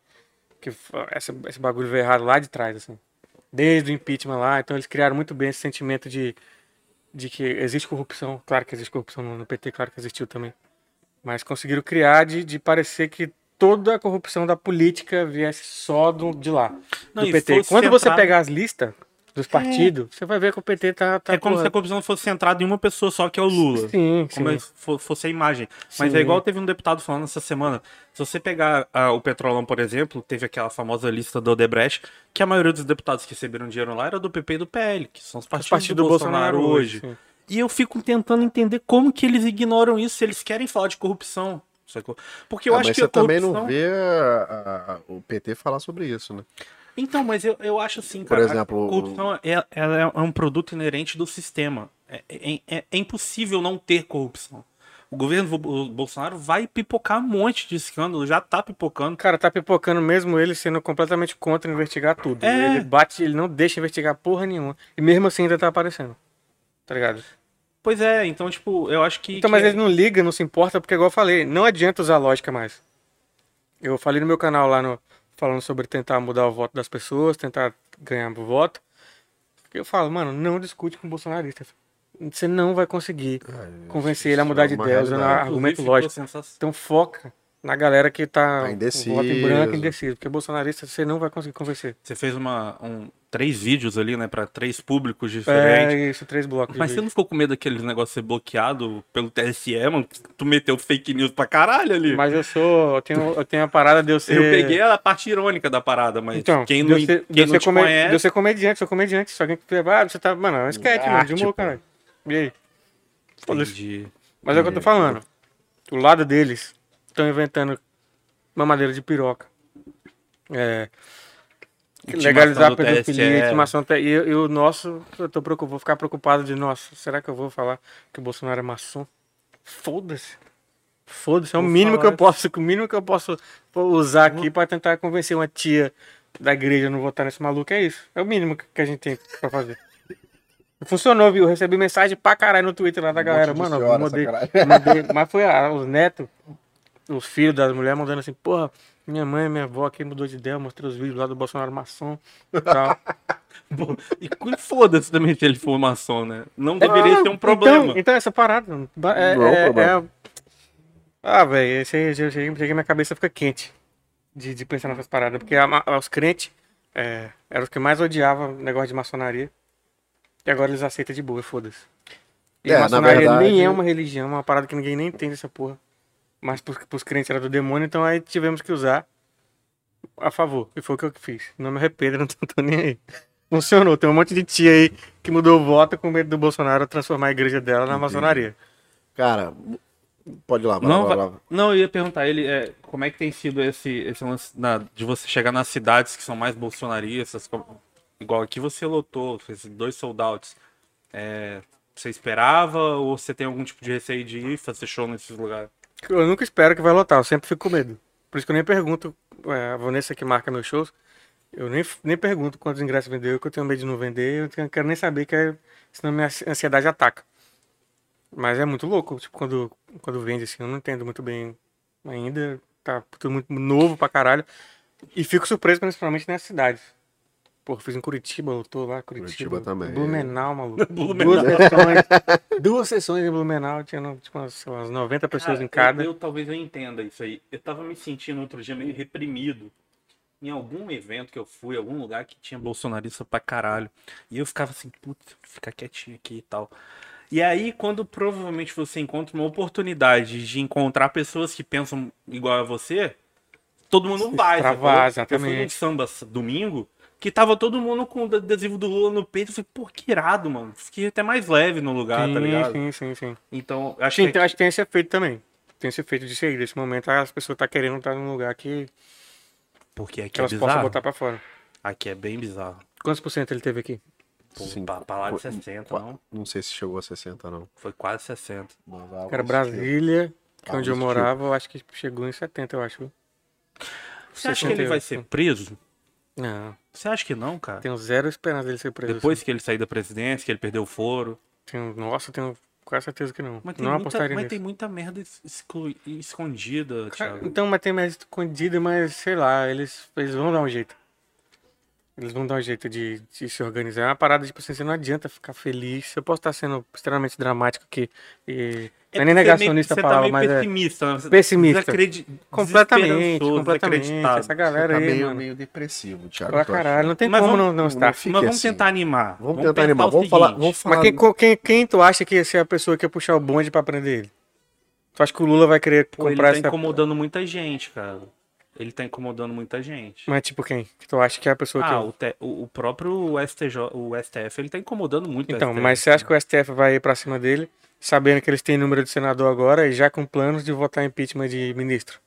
Speaker 3: Que f- essa- esse bagulho veio errado lá de trás, assim desde o impeachment lá. Então eles criaram muito bem esse sentimento de, de que existe corrupção. Claro que existe corrupção no, no PT, claro que existiu também. Mas conseguiram criar de, de parecer que toda a corrupção da política viesse só do, de lá,
Speaker 2: Não,
Speaker 3: do
Speaker 2: e
Speaker 3: PT.
Speaker 2: fosse
Speaker 3: Quando você
Speaker 2: centrado-
Speaker 3: pegar as listas dos partidos, você vai ver que o PT tá... tá
Speaker 2: é como
Speaker 3: porra,
Speaker 2: se a corrupção fosse centrada em uma pessoa só, que é o Lula.
Speaker 3: Sim,
Speaker 2: como é
Speaker 3: sim.
Speaker 2: se fo- fosse a imagem. Mas
Speaker 3: Sim.
Speaker 2: é igual teve um deputado falando essa semana. Se você pegar ah, o Petrolão, por exemplo, teve aquela famosa lista do Odebrecht, que a maioria dos deputados que receberam dinheiro lá era do PP e do PL, que são os partidos
Speaker 3: partidos
Speaker 2: do,
Speaker 3: do
Speaker 2: Bolsonaro,
Speaker 3: Bolsonaro
Speaker 2: hoje.
Speaker 3: hoje, sim.
Speaker 2: E eu fico tentando entender como que eles ignoram isso, se eles querem falar de corrupção. sacou? Porque eu
Speaker 1: Ah,
Speaker 2: acho
Speaker 1: mas
Speaker 2: que
Speaker 1: você
Speaker 2: a
Speaker 1: também
Speaker 2: corrupção...
Speaker 1: não vê a- a- o PT falar sobre isso, né?
Speaker 2: Então, mas eu, eu acho assim,
Speaker 1: Por
Speaker 2: cara.
Speaker 1: exemplo,
Speaker 2: a
Speaker 1: o-
Speaker 2: corrupção é, ela é um produto inerente do sistema. É, é- é- é impossível não ter corrupção. O governo Bo- Bolsonaro vai pipocar um monte de escândalo, já tá pipocando.
Speaker 3: Cara, tá pipocando mesmo ele sendo completamente contra investigar tudo.
Speaker 2: É.
Speaker 3: Ele bate, ele não deixa investigar porra nenhuma. E mesmo assim ainda tá aparecendo. Tá ligado?
Speaker 2: Pois é, então, tipo, eu acho que.
Speaker 3: Então,
Speaker 2: que
Speaker 3: mas
Speaker 2: é-
Speaker 3: ele não liga, não se importa, porque igual eu falei, não adianta usar lógica mais. Eu falei no meu canal lá no falando sobre tentar mudar o voto das pessoas, tentar ganhar o voto. Eu falo, mano, não discute com o bolsonarista. Você não vai conseguir convencer ele a
Speaker 1: Ah, isso
Speaker 3: mudar
Speaker 1: é
Speaker 3: de
Speaker 1: uma
Speaker 3: ideia usando
Speaker 1: realidade.
Speaker 2: Inclusive,
Speaker 3: argumento
Speaker 2: ficou
Speaker 3: lógico.
Speaker 2: sensacional.
Speaker 3: Então foca na galera que tá,
Speaker 1: Tá indeciso.
Speaker 3: com voto em branco indeciso, porque bolsonarista você não vai conseguir convencer.
Speaker 2: Você fez uma, um, três vídeos ali, né, pra três públicos diferentes.
Speaker 3: É isso, três blocos. de
Speaker 2: Mas você
Speaker 3: vídeo.
Speaker 2: não ficou com medo daqueles negócios ser bloqueado pelo TSE, mano? Tu meteu fake news pra caralho ali.
Speaker 3: Mas eu sou, eu tenho, eu tenho a parada de eu ser
Speaker 2: Eu peguei a parte irônica da parada, mas
Speaker 3: Então,
Speaker 2: quem
Speaker 3: de eu
Speaker 2: não,
Speaker 3: ser- de
Speaker 2: quem
Speaker 3: eu
Speaker 2: não
Speaker 3: ser
Speaker 2: te
Speaker 3: come- de eu
Speaker 2: conhece...
Speaker 3: ser comediante, sou comediante. Se alguém que ah, você tá. Mano, é um sketch, mano, de
Speaker 1: Arte,
Speaker 3: humor,
Speaker 1: pô.
Speaker 3: caralho. E aí? Foda-se.
Speaker 2: Entendi.
Speaker 3: Mas é o que eu tô falando. Do lado deles, estão inventando mamadeira de piroca. É.
Speaker 2: Intimação
Speaker 3: Legalizar
Speaker 2: do é.
Speaker 3: pedofilia,
Speaker 2: TSE.
Speaker 3: intimação. te- E, e o nosso, eu tô preocup- vou ficar preocupado de, nossa, será que eu vou falar que o Bolsonaro é maçom? Foda-se. Foda-se, é o
Speaker 2: Vou
Speaker 3: mínimo que eu
Speaker 2: falar.
Speaker 3: posso, o mínimo que eu posso usar aqui pra tentar convencer uma tia da igreja a não votar nesse maluco, é isso. É o mínimo que que a gente tem pra fazer. Funcionou, viu? Eu recebi mensagem pra caralho no Twitter lá da galera.
Speaker 1: de
Speaker 3: Mano,
Speaker 1: senhora,
Speaker 3: eu mandei,
Speaker 1: sacanagem.
Speaker 3: mandei- Mas foi a- os netos, os filhos das mulheres mandando assim, porra, minha mãe, minha avó aqui mudou de ideia, eu mostrei os vídeos lá do Bolsonaro maçom e tal.
Speaker 2: Bom, E cu- foda-se também se ele for maçom, né? Não deveria
Speaker 3: Ah,
Speaker 2: ser um problema.
Speaker 3: Então, então essa parada. ba- É,
Speaker 1: Não é um
Speaker 3: é-
Speaker 1: problema.
Speaker 3: é- Ah, velho, esse aí, eu cheguei, cheguei- minha cabeça fica quente de, de pensar nessas paradas. Porque a ma- os crentes é, eram os que mais odiavam o negócio de maçonaria. E agora eles aceitam de boa, foda-se. E
Speaker 1: É, na
Speaker 3: maçonaria nem
Speaker 1: verdade-
Speaker 3: é uma religião, é uma parada que ninguém nem entende essa porra. Mas pros, pros crentes era do demônio, então aí tivemos que usar a favor. E foi o que eu fiz. Não me arrependo, não tô, tô nem aí. Funcionou. Tem um monte de tia aí que mudou o voto com medo do Bolsonaro transformar a igreja dela na maçonaria.
Speaker 1: Cara, pode ir lá, vai lá,
Speaker 2: Não,
Speaker 1: vai
Speaker 2: vai-
Speaker 1: lá.
Speaker 2: não, eu ia perguntar ele é, como é que tem sido esse, esse lance na- de você chegar nas cidades que são mais bolsonaristas, como- igual aqui você lotou, fez dois sold outs. É, você esperava ou você tem algum tipo de receio de ir fazer show nesses lugares?
Speaker 3: Eu nunca espero que vai lotar, eu sempre fico com medo. Por isso que eu nem pergunto, é, a Vanessa que marca meus shows, eu nem, nem pergunto quantos ingressos vendeu, porque eu tenho medo de não vender, eu tenho- quero nem saber, que é, senão minha ansi- ansiedade ataca. Mas é muito louco, tipo, quando, quando vende, assim, eu não entendo muito bem ainda, tá tudo muito novo pra caralho. E fico surpreso, principalmente nessas cidades. Porra, fiz em Curitiba, lotou lá, Curitiba.
Speaker 1: Curitiba também.
Speaker 3: Blumenau, maluco.
Speaker 2: Blumenau.
Speaker 3: Duas sessões, duas sessões em Blumenau, tinha tipo, umas, sei lá, umas 90 pessoas
Speaker 2: Cara,
Speaker 3: em
Speaker 2: eu-
Speaker 3: cada.
Speaker 2: Eu, talvez eu entenda isso aí. Eu tava me sentindo outro dia meio reprimido. Em algum evento que eu fui, algum lugar que tinha bolsonarista pra caralho. E eu ficava assim, putz, vou ficar quietinho aqui e tal. E aí, quando provavelmente você encontra uma oportunidade de encontrar pessoas que pensam igual a você, todo mundo vai. sacou?
Speaker 3: extravasa,
Speaker 2: Eu fui num
Speaker 3: exatamente.
Speaker 2: samba s- domingo, que tava todo mundo com o adesivo do Lula no peito. Eu falei, pô, que irado, mano. Fiquei até mais leve no lugar, tá ligado?
Speaker 3: Sim, sim, sim.
Speaker 2: Então, eu acho
Speaker 3: Sim,
Speaker 2: que
Speaker 3: tem- acho que tem esse efeito também. Tem esse efeito de sair desse momento. ah, As pessoas estão querendo estar num lugar que, que
Speaker 2: Porque aqui é
Speaker 3: elas
Speaker 2: bizarro.
Speaker 3: possam botar pra fora.
Speaker 2: Aqui é bem bizarro.
Speaker 3: Quantos por cento ele teve aqui?
Speaker 2: Pô,
Speaker 1: Sim.
Speaker 2: pra, pra lá de
Speaker 1: Qu-
Speaker 2: 60, não.
Speaker 1: Não sei se chegou a 60, não.
Speaker 2: Foi quase 60.
Speaker 1: Mas algo
Speaker 3: Cara,
Speaker 1: desse tipo.
Speaker 3: Brasília, que é onde eu
Speaker 1: Algo desse
Speaker 3: morava, eu acho que chegou em 70, eu acho.
Speaker 2: Você acha que ele vai ser preso?
Speaker 3: Não,
Speaker 2: Você acha que não, cara?
Speaker 3: tenho zero esperança dele ser preso.
Speaker 2: Depois que ele sair da presidência, que ele perdeu o foro.
Speaker 3: assim. Tenho- nossa, tenho quase certeza que não.
Speaker 2: Mas tem,
Speaker 3: Não
Speaker 2: muita,
Speaker 3: apostaria
Speaker 2: mas
Speaker 3: nisso.
Speaker 2: tem muita merda es- exclu- escondida,
Speaker 3: Cara,
Speaker 2: Thiago. É
Speaker 3: Então, mas tem mais escondido, mas sei lá, eles, eles vão dar um jeito. Eles vão dar um jeito de, de se organizar. É uma parada, tipo assim, você não adianta ficar feliz. Eu posso estar sendo extremamente dramático aqui. E... não é
Speaker 2: porque
Speaker 3: nem negacionista a
Speaker 2: meio-
Speaker 3: palavra,
Speaker 2: Você tá
Speaker 3: mas
Speaker 2: meio
Speaker 3: é
Speaker 2: pessimista. né? Você-
Speaker 3: pessimista.
Speaker 2: desacredi-
Speaker 3: completamente,
Speaker 2: desesperançoso,
Speaker 3: completamente.
Speaker 2: desacreditado.
Speaker 3: Essa
Speaker 1: Você
Speaker 3: galera
Speaker 1: tá
Speaker 3: aí,
Speaker 1: meio,
Speaker 3: mano.
Speaker 1: meio depressivo, Thiago.
Speaker 3: Pra
Speaker 1: tô achando.
Speaker 3: caralho, não tem
Speaker 2: Mas
Speaker 3: como
Speaker 2: vamos-
Speaker 3: não, não estar.
Speaker 1: fique
Speaker 2: Mas vamos
Speaker 1: assim.
Speaker 2: tentar animar.
Speaker 1: Vamos tentar
Speaker 2: pensar
Speaker 1: animar.
Speaker 2: o
Speaker 1: Vamos falar,
Speaker 2: seguinte.
Speaker 1: vamos falar.
Speaker 3: Mas quem, co- quem, quem tu acha que ia ser a pessoa que ia puxar o bonde pra prender ele? Tu acha que o Lula vai querer
Speaker 2: Pô, ele
Speaker 3: comprar
Speaker 2: tá
Speaker 3: essa...
Speaker 2: incomodando muita gente, cara. Ele tá incomodando muita gente.
Speaker 3: Mas tipo quem? Que tu acha que é a pessoa que...
Speaker 2: Ah, o, te- o- o próprio STJ, o STF, ele tá incomodando muito. o
Speaker 3: Então,
Speaker 2: STF.
Speaker 3: mas você acha que o STF vai ir pra cima dele, sabendo que eles têm número de senador agora e já com planos de votar impeachment de ministro?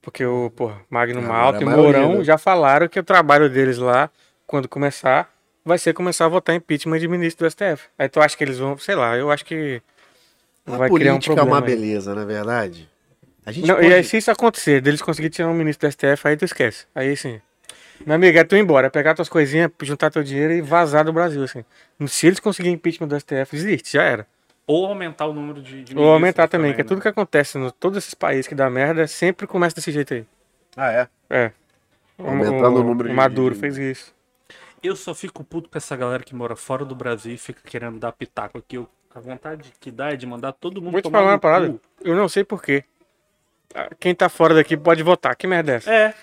Speaker 3: Porque o, porra, Magno
Speaker 1: É, Agora
Speaker 3: Malta
Speaker 1: a
Speaker 3: e
Speaker 1: maioria,
Speaker 3: Mourão
Speaker 1: né?
Speaker 3: já falaram que o trabalho deles lá, quando começar, vai ser começar a votar impeachment de ministro do STF. Aí tu acha que eles vão, sei lá, eu acho que
Speaker 1: A
Speaker 3: vai criar um
Speaker 1: política é
Speaker 3: problema.
Speaker 1: uma
Speaker 3: aí.
Speaker 1: beleza, na verdade. A gente
Speaker 3: Não,
Speaker 1: pode...
Speaker 3: E aí, se isso acontecer, deles conseguirem tirar um ministro do STF, aí tu esquece. Aí sim. Meu amigo, é tu ir embora, pegar tuas coisinhas, juntar teu dinheiro e vazar do Brasil, assim. Se eles conseguirem impeachment do STF, desiste, já era.
Speaker 2: Ou aumentar o número de, de
Speaker 3: Ou aumentar também, que é
Speaker 2: né?
Speaker 3: tudo que acontece em todos esses países que dá merda, sempre começa desse jeito aí.
Speaker 1: Ah, é?
Speaker 3: É. um
Speaker 1: Aumentando o número de-
Speaker 3: Maduro
Speaker 1: de-
Speaker 3: fez isso.
Speaker 2: Eu só fico puto com essa galera que mora fora do Brasil e fica querendo dar pitaco aqui. Eu, a vontade que dá é de mandar todo mundo
Speaker 3: Vou te
Speaker 2: tomar
Speaker 3: falar
Speaker 2: no
Speaker 3: uma parada,
Speaker 2: cu.
Speaker 3: eu não sei porquê. Quem tá fora daqui pode votar, que merda é essa?
Speaker 2: É.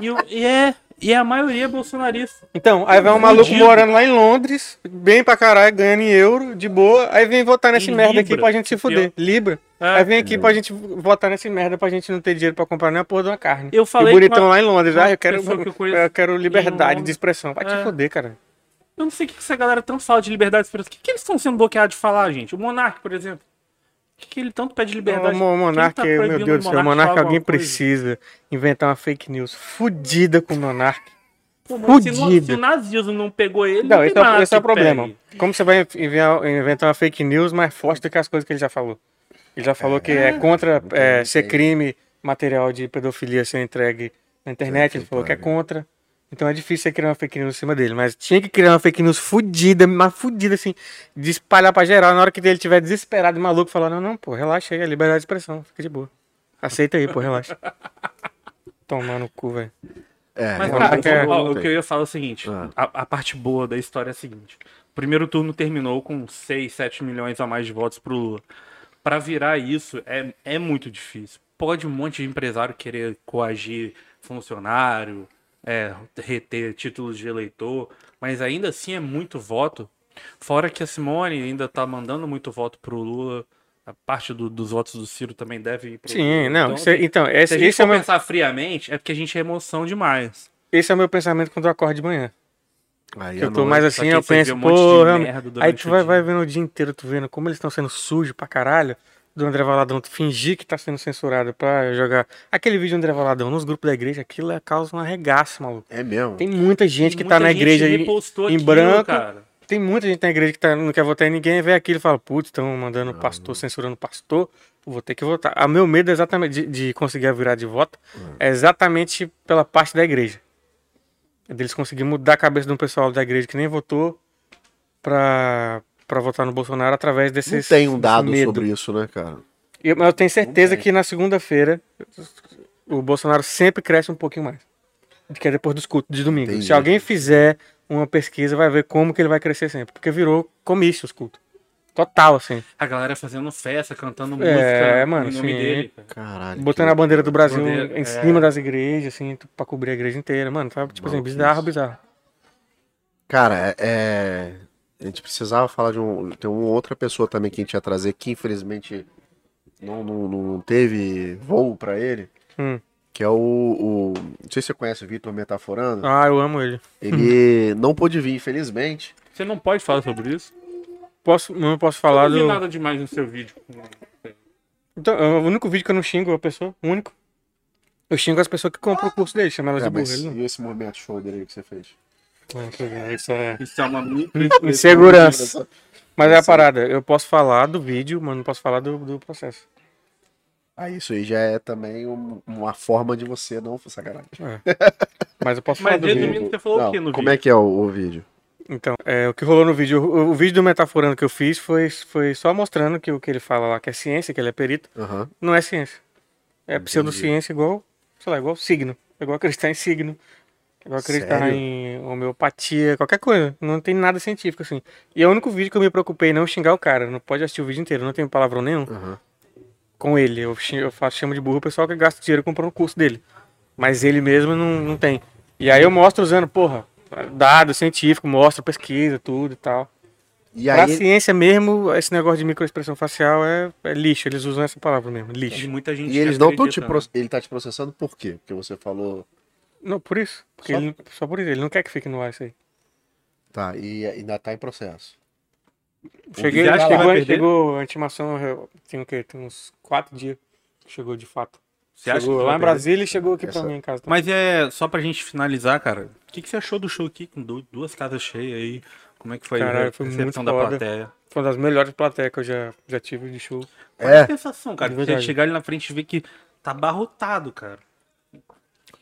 Speaker 2: e, o- e é. E a maioria é bolsonarista.
Speaker 3: Então, aí vai um maluco
Speaker 2: Fudido.
Speaker 3: morando lá em Londres, bem pra caralho, ganhando em euro, de boa, aí vem votar nesse
Speaker 2: Em
Speaker 3: merda aqui
Speaker 2: libra,
Speaker 3: pra gente se fuder. Libra.
Speaker 2: É.
Speaker 3: Aí vem aqui pra gente votar nesse merda pra gente não ter dinheiro pra comprar nem a porra de uma carne.
Speaker 2: Eu falei
Speaker 3: E o bonitão
Speaker 2: com uma-
Speaker 3: lá em Londres,
Speaker 2: com uma
Speaker 3: ah, eu quero,
Speaker 2: pessoa que eu
Speaker 3: eu,
Speaker 2: conheço
Speaker 3: quero liberdade
Speaker 2: em
Speaker 3: de expressão. Vai te
Speaker 2: É.
Speaker 3: fuder, cara.
Speaker 2: Eu não sei o que essa galera tanto fala de liberdade de expressão. O que, que eles estão sendo bloqueados de falar, gente? O Monark, por exemplo. O que, que ele tanto pede liberdade?
Speaker 3: O Mo-
Speaker 2: Quem
Speaker 3: Monark,
Speaker 2: tá
Speaker 3: meu
Speaker 2: proibindo
Speaker 3: Deus do
Speaker 2: de
Speaker 3: céu, o
Speaker 2: falar
Speaker 3: Monark, alguém
Speaker 2: alguma coisa?
Speaker 3: precisa inventar uma fake news fudida com o Monark.
Speaker 2: Pô, mano, se, não-
Speaker 3: fudido.
Speaker 2: se o nazismo não pegou ele,
Speaker 3: Não,
Speaker 2: tem
Speaker 3: esse é, o-
Speaker 2: mais
Speaker 3: esse é o
Speaker 2: que
Speaker 3: problema.
Speaker 2: pegue.
Speaker 3: Como você vai enviar- inventar uma fake news mais forte do que as coisas que ele já falou? Ele já falou que é contra é, ser crime material de pedofilia ser entregue na internet, ele falou que é contra. Então é difícil você criar uma fake news em cima dele, mas tinha que criar uma fake news fudida, mas fudida assim, de espalhar pra geral, na hora que ele tiver desesperado e maluco, falar, não, não, pô, relaxa aí, é liberdade de expressão, fica de boa. Aceita aí, pô, relaxa. Tomar no cu, velho.
Speaker 1: É,
Speaker 2: Mas,
Speaker 1: não
Speaker 2: cara,
Speaker 1: tem como,
Speaker 2: ó,
Speaker 1: não
Speaker 2: o
Speaker 1: tem.
Speaker 2: que eu ia falar é o seguinte:
Speaker 3: Ah.
Speaker 2: a, a parte boa da história é a seguinte. O primeiro turno terminou com 6, 7 milhões a mais de votos pro Lula. Pra virar isso é, é muito difícil. Pode um monte de empresário querer coagir funcionário, é, reter títulos de eleitor, mas ainda assim é muito voto. Fora que a Simone ainda tá mandando muito voto pro Lula. A parte do- dos votos do Ciro também deve ir pro
Speaker 3: Sim,
Speaker 2: Lula.
Speaker 3: não,
Speaker 2: Então,
Speaker 3: isso é-
Speaker 2: assim,
Speaker 3: então,
Speaker 2: se
Speaker 3: esse,
Speaker 2: a gente
Speaker 3: esse é o
Speaker 2: for
Speaker 3: meu,
Speaker 2: pensar friamente, é porque a gente é emoção demais.
Speaker 3: esse é o meu pensamento quando eu acordo de manhã.
Speaker 1: Aí
Speaker 3: Que eu
Speaker 1: à
Speaker 3: tô
Speaker 1: noite-
Speaker 3: mais
Speaker 2: Só
Speaker 3: assim,
Speaker 2: que
Speaker 3: eu
Speaker 2: aí você vê
Speaker 3: penso,
Speaker 2: um monte de
Speaker 3: porra.
Speaker 2: merda
Speaker 3: Aí
Speaker 2: durante
Speaker 3: tu
Speaker 2: o
Speaker 3: vai,
Speaker 2: dia.
Speaker 3: vai vendo o dia inteiro, tu vendo como eles estão sendo sujos pra caralho. Do André Valadão fingir que tá sendo censurado pra jogar. Aquele vídeo do André Valadão nos grupos da igreja, aquilo é causa um arregaço, maluco.
Speaker 1: É mesmo.
Speaker 3: Tem muita gente que tá
Speaker 2: muita
Speaker 3: na
Speaker 2: gente
Speaker 3: igreja aí,
Speaker 2: repostou
Speaker 3: em
Speaker 2: aquilo,
Speaker 3: branco.
Speaker 2: cara.
Speaker 3: Tem muita gente na igreja que tá, não quer votar em ninguém, vê aquilo e fala, putz, estão
Speaker 1: Ah,
Speaker 3: mandando pastor, censurando pastor, vou ter que votar. O meu medo é exatamente de, de conseguir virar de voto
Speaker 1: Ah.
Speaker 3: é exatamente pela parte da igreja. É deles conseguir mudar a cabeça de um pessoal da igreja que nem votou pra, pra votar no Bolsonaro através desses.
Speaker 1: Não tem um
Speaker 3: desse
Speaker 1: dado
Speaker 3: medo.
Speaker 1: sobre isso, né, cara?
Speaker 3: Eu, mas eu tenho certeza que na segunda-feira o Bolsonaro sempre cresce um pouquinho mais. Que é depois dos cultos de domingo.
Speaker 1: Entendi.
Speaker 3: Se alguém fizer uma pesquisa, vai ver como que ele vai crescer sempre. Porque virou comício os cultos. Total, assim.
Speaker 2: A galera fazendo festa, cantando música
Speaker 3: É,
Speaker 2: no
Speaker 3: mano,
Speaker 2: nome
Speaker 3: sim.
Speaker 2: dele.
Speaker 1: Caralho.
Speaker 3: Botando
Speaker 1: que-
Speaker 3: a bandeira do Brasil
Speaker 2: Bandeira,
Speaker 3: em
Speaker 2: é.
Speaker 3: cima das igrejas, assim, tu- pra cobrir a igreja inteira. Mano, sabe? Tipo assim,
Speaker 1: Maluquice.
Speaker 3: bizarro, bizarro.
Speaker 1: Cara, é. A gente precisava falar de um. Tem uma outra pessoa também que a gente ia trazer que infelizmente não, não, não teve voo pra ele.
Speaker 3: Hum.
Speaker 1: Que é o, o- Não sei se você conhece o Vitor Metaforando.
Speaker 3: Ah, Hum. eu amo ele.
Speaker 1: Ele não pôde vir, infelizmente.
Speaker 2: Você não pode falar sobre isso?
Speaker 3: Posso, não posso
Speaker 2: Eu
Speaker 3: falar
Speaker 2: não vi
Speaker 3: do.
Speaker 2: nada demais no seu vídeo.
Speaker 3: Então, é o único vídeo que eu não xingo a pessoa, o único. Eu xingo as pessoas que compram o curso dele, chama elas
Speaker 1: É,
Speaker 3: de burro.
Speaker 1: mas
Speaker 3: Ele né? não.
Speaker 1: e esse momento shoulder aí que você fez?
Speaker 3: Ah, que legal, Isso é.
Speaker 2: Isso é uma micro
Speaker 3: Insegurança. Mas é a parada, eu posso falar do vídeo, mas não posso falar do, do processo.
Speaker 1: Ah, isso aí já é também um- uma forma de você não. Sacanagem.
Speaker 3: É. Mas eu posso falar
Speaker 2: Mas
Speaker 3: do vídeo.
Speaker 2: resumindo, você falou
Speaker 1: Não,
Speaker 2: o que no
Speaker 1: como
Speaker 2: vídeo?
Speaker 1: é que é o, o vídeo?
Speaker 3: Então, é, o que rolou no vídeo, o, o vídeo do Metaforando que eu fiz foi, foi só mostrando que o que ele fala lá, que é ciência, que ele é perito,
Speaker 1: Aham.
Speaker 3: não é ciência. É pseudociência igual, sei lá, igual signo. É igual acreditar em signo. É igual acreditar
Speaker 1: Sério?
Speaker 3: em homeopatia, qualquer coisa. Não tem nada científico, assim. E é o único vídeo que eu me preocupei em não xingar o cara. Não pode assistir o vídeo inteiro, não tem palavrão nenhum.
Speaker 1: Aham.
Speaker 3: com ele. Eu, chi- eu faço, chamo de burro o pessoal que gasta dinheiro comprando o curso dele. Mas ele mesmo não, não tem. E aí eu mostro usando, porra, dado científico, mostro pesquisa, tudo e tal.
Speaker 1: E
Speaker 3: pra
Speaker 1: aí.
Speaker 3: ciência mesmo, esse negócio de microexpressão facial é, é lixo. Eles usam essa palavra mesmo,
Speaker 2: De
Speaker 3: lixo.
Speaker 2: muita gente
Speaker 1: E eles não estão te.
Speaker 2: acredita,
Speaker 1: pro- Ele tá te processando por quê? Porque você falou.
Speaker 3: Não, por isso. Porque
Speaker 1: Só-
Speaker 3: ele não- só por isso. Ele não quer que fique no ar isso aí.
Speaker 1: Tá, e ainda tá em processo.
Speaker 3: Cheguei,
Speaker 2: Você acha que vai
Speaker 3: chegou,
Speaker 2: perder?
Speaker 3: chegou a intimação, eu- tem o quê? Tem uns quatro dias que chegou de fato.
Speaker 2: Você acha
Speaker 3: chegou
Speaker 2: que
Speaker 3: lá
Speaker 2: vai
Speaker 3: em
Speaker 2: perder?
Speaker 3: Brasília e chegou aqui
Speaker 1: Essa-
Speaker 3: pra mim em casa.
Speaker 2: Mas é só pra gente finalizar, cara. O que, que você achou do show aqui com du- duas casas cheias aí? Como é que foi
Speaker 3: Caralho,
Speaker 2: a
Speaker 3: foi
Speaker 2: recepção
Speaker 3: muito
Speaker 2: da
Speaker 3: foda.
Speaker 2: plateia?
Speaker 3: Foi uma das melhores plateias que eu já, já tive de show.
Speaker 2: Qual é a
Speaker 1: É,
Speaker 2: sensação, cara?
Speaker 3: De
Speaker 2: Você
Speaker 3: verdade.
Speaker 2: chegar ali na frente e ver que tá abarrotado, cara.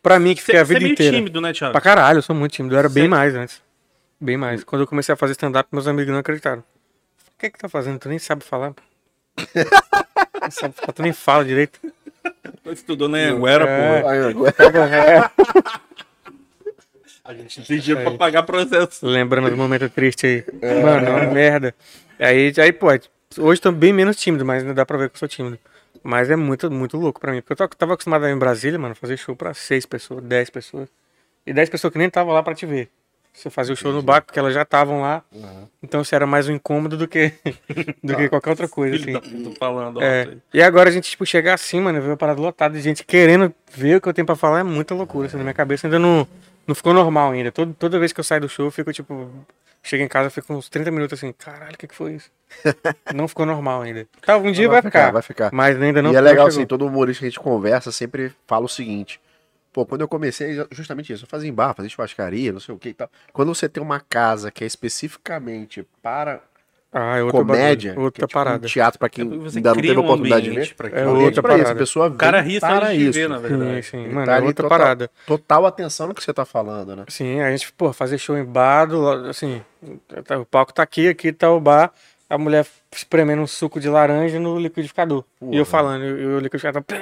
Speaker 3: Pra mim, que fiquei a vida
Speaker 2: meio
Speaker 3: inteira.
Speaker 2: tímido, né, Thiago?
Speaker 3: Pra caralho, eu sou muito tímido. Eu era bem
Speaker 2: Cê-
Speaker 3: mais antes. Bem mais. Quando eu comecei a fazer stand-up, meus amigos não acreditaram. O que é que tá fazendo? Tu nem sabe falar. pô." Nem sabe falar, tu nem fala direito.
Speaker 2: Tu Estudou na Anguera,
Speaker 3: É.
Speaker 2: porra.
Speaker 1: Aí, agora-
Speaker 2: A gente
Speaker 1: é
Speaker 2: exigia pra pagar processo.
Speaker 3: Lembrando do momento triste aí. Mano, é uma merda. Aí, aí pô, hoje tô bem menos tímido, mas ainda dá pra ver que eu sou tímido. Mas é muito, muito louco pra mim. Porque eu tava- tava acostumado a ir em Brasília, mano, fazer show pra seis pessoas, dez pessoas. E dez pessoas que nem estavam lá pra te ver. Você fazia o show no barco, porque elas já estavam lá. Então isso era mais um incômodo do que, do que qualquer outra coisa,
Speaker 2: Filho
Speaker 3: assim.
Speaker 2: da puta falando, ó.
Speaker 3: É. E agora a gente, tipo, chegar assim, mano, ver uma parada lotada de gente querendo ver o que eu tenho pra falar é muita loucura. Assim, na minha cabeça ainda não, não ficou normal ainda. Todo, toda vez que eu saio do show, eu fico, tipo, chego em casa, eu fico uns 30 minutos assim, caralho, o que, que foi isso? não ficou normal ainda. Tá, um dia vai, ficar,
Speaker 1: vai ficar.
Speaker 3: Mas ainda não
Speaker 1: e é legal,
Speaker 3: não
Speaker 1: assim,
Speaker 3: chegou.
Speaker 1: todo humorista que a gente conversa sempre fala o seguinte. Pô, quando eu comecei, justamente isso, eu fazia em bar, fazia churrascaria, não sei o que e tal. Quando você tem uma casa que é especificamente para
Speaker 3: Ah, é outra
Speaker 1: comédia,
Speaker 3: bagulho,
Speaker 1: que é
Speaker 3: outra
Speaker 1: tipo
Speaker 3: parada.
Speaker 1: um teatro para quem
Speaker 2: É porque você
Speaker 1: ainda não
Speaker 2: cria
Speaker 1: teve
Speaker 2: um
Speaker 1: oportunidade de
Speaker 2: ambiente
Speaker 1: ver,
Speaker 2: pra
Speaker 1: é
Speaker 2: aquilo.
Speaker 1: outra
Speaker 3: outra
Speaker 1: pra isso, a
Speaker 3: parada.
Speaker 1: pessoa
Speaker 2: O cara
Speaker 1: vem
Speaker 2: ri só
Speaker 1: para
Speaker 2: de te
Speaker 1: isso.
Speaker 2: ver, na
Speaker 3: Sim,
Speaker 2: verdade.
Speaker 3: sim.
Speaker 1: Ele
Speaker 3: Mano,
Speaker 1: tá
Speaker 3: é
Speaker 1: ali
Speaker 3: outra
Speaker 1: total-
Speaker 3: parada.
Speaker 1: Total atenção no que você tá falando, né?
Speaker 3: Sim, a gente, pô, fazer show em bar, do lado, assim, tá- o palco tá aqui, aqui tá o bar, a mulher espremendo um suco de laranja no liquidificador.
Speaker 1: Porra.
Speaker 3: E eu falando, e o liquidificador tá...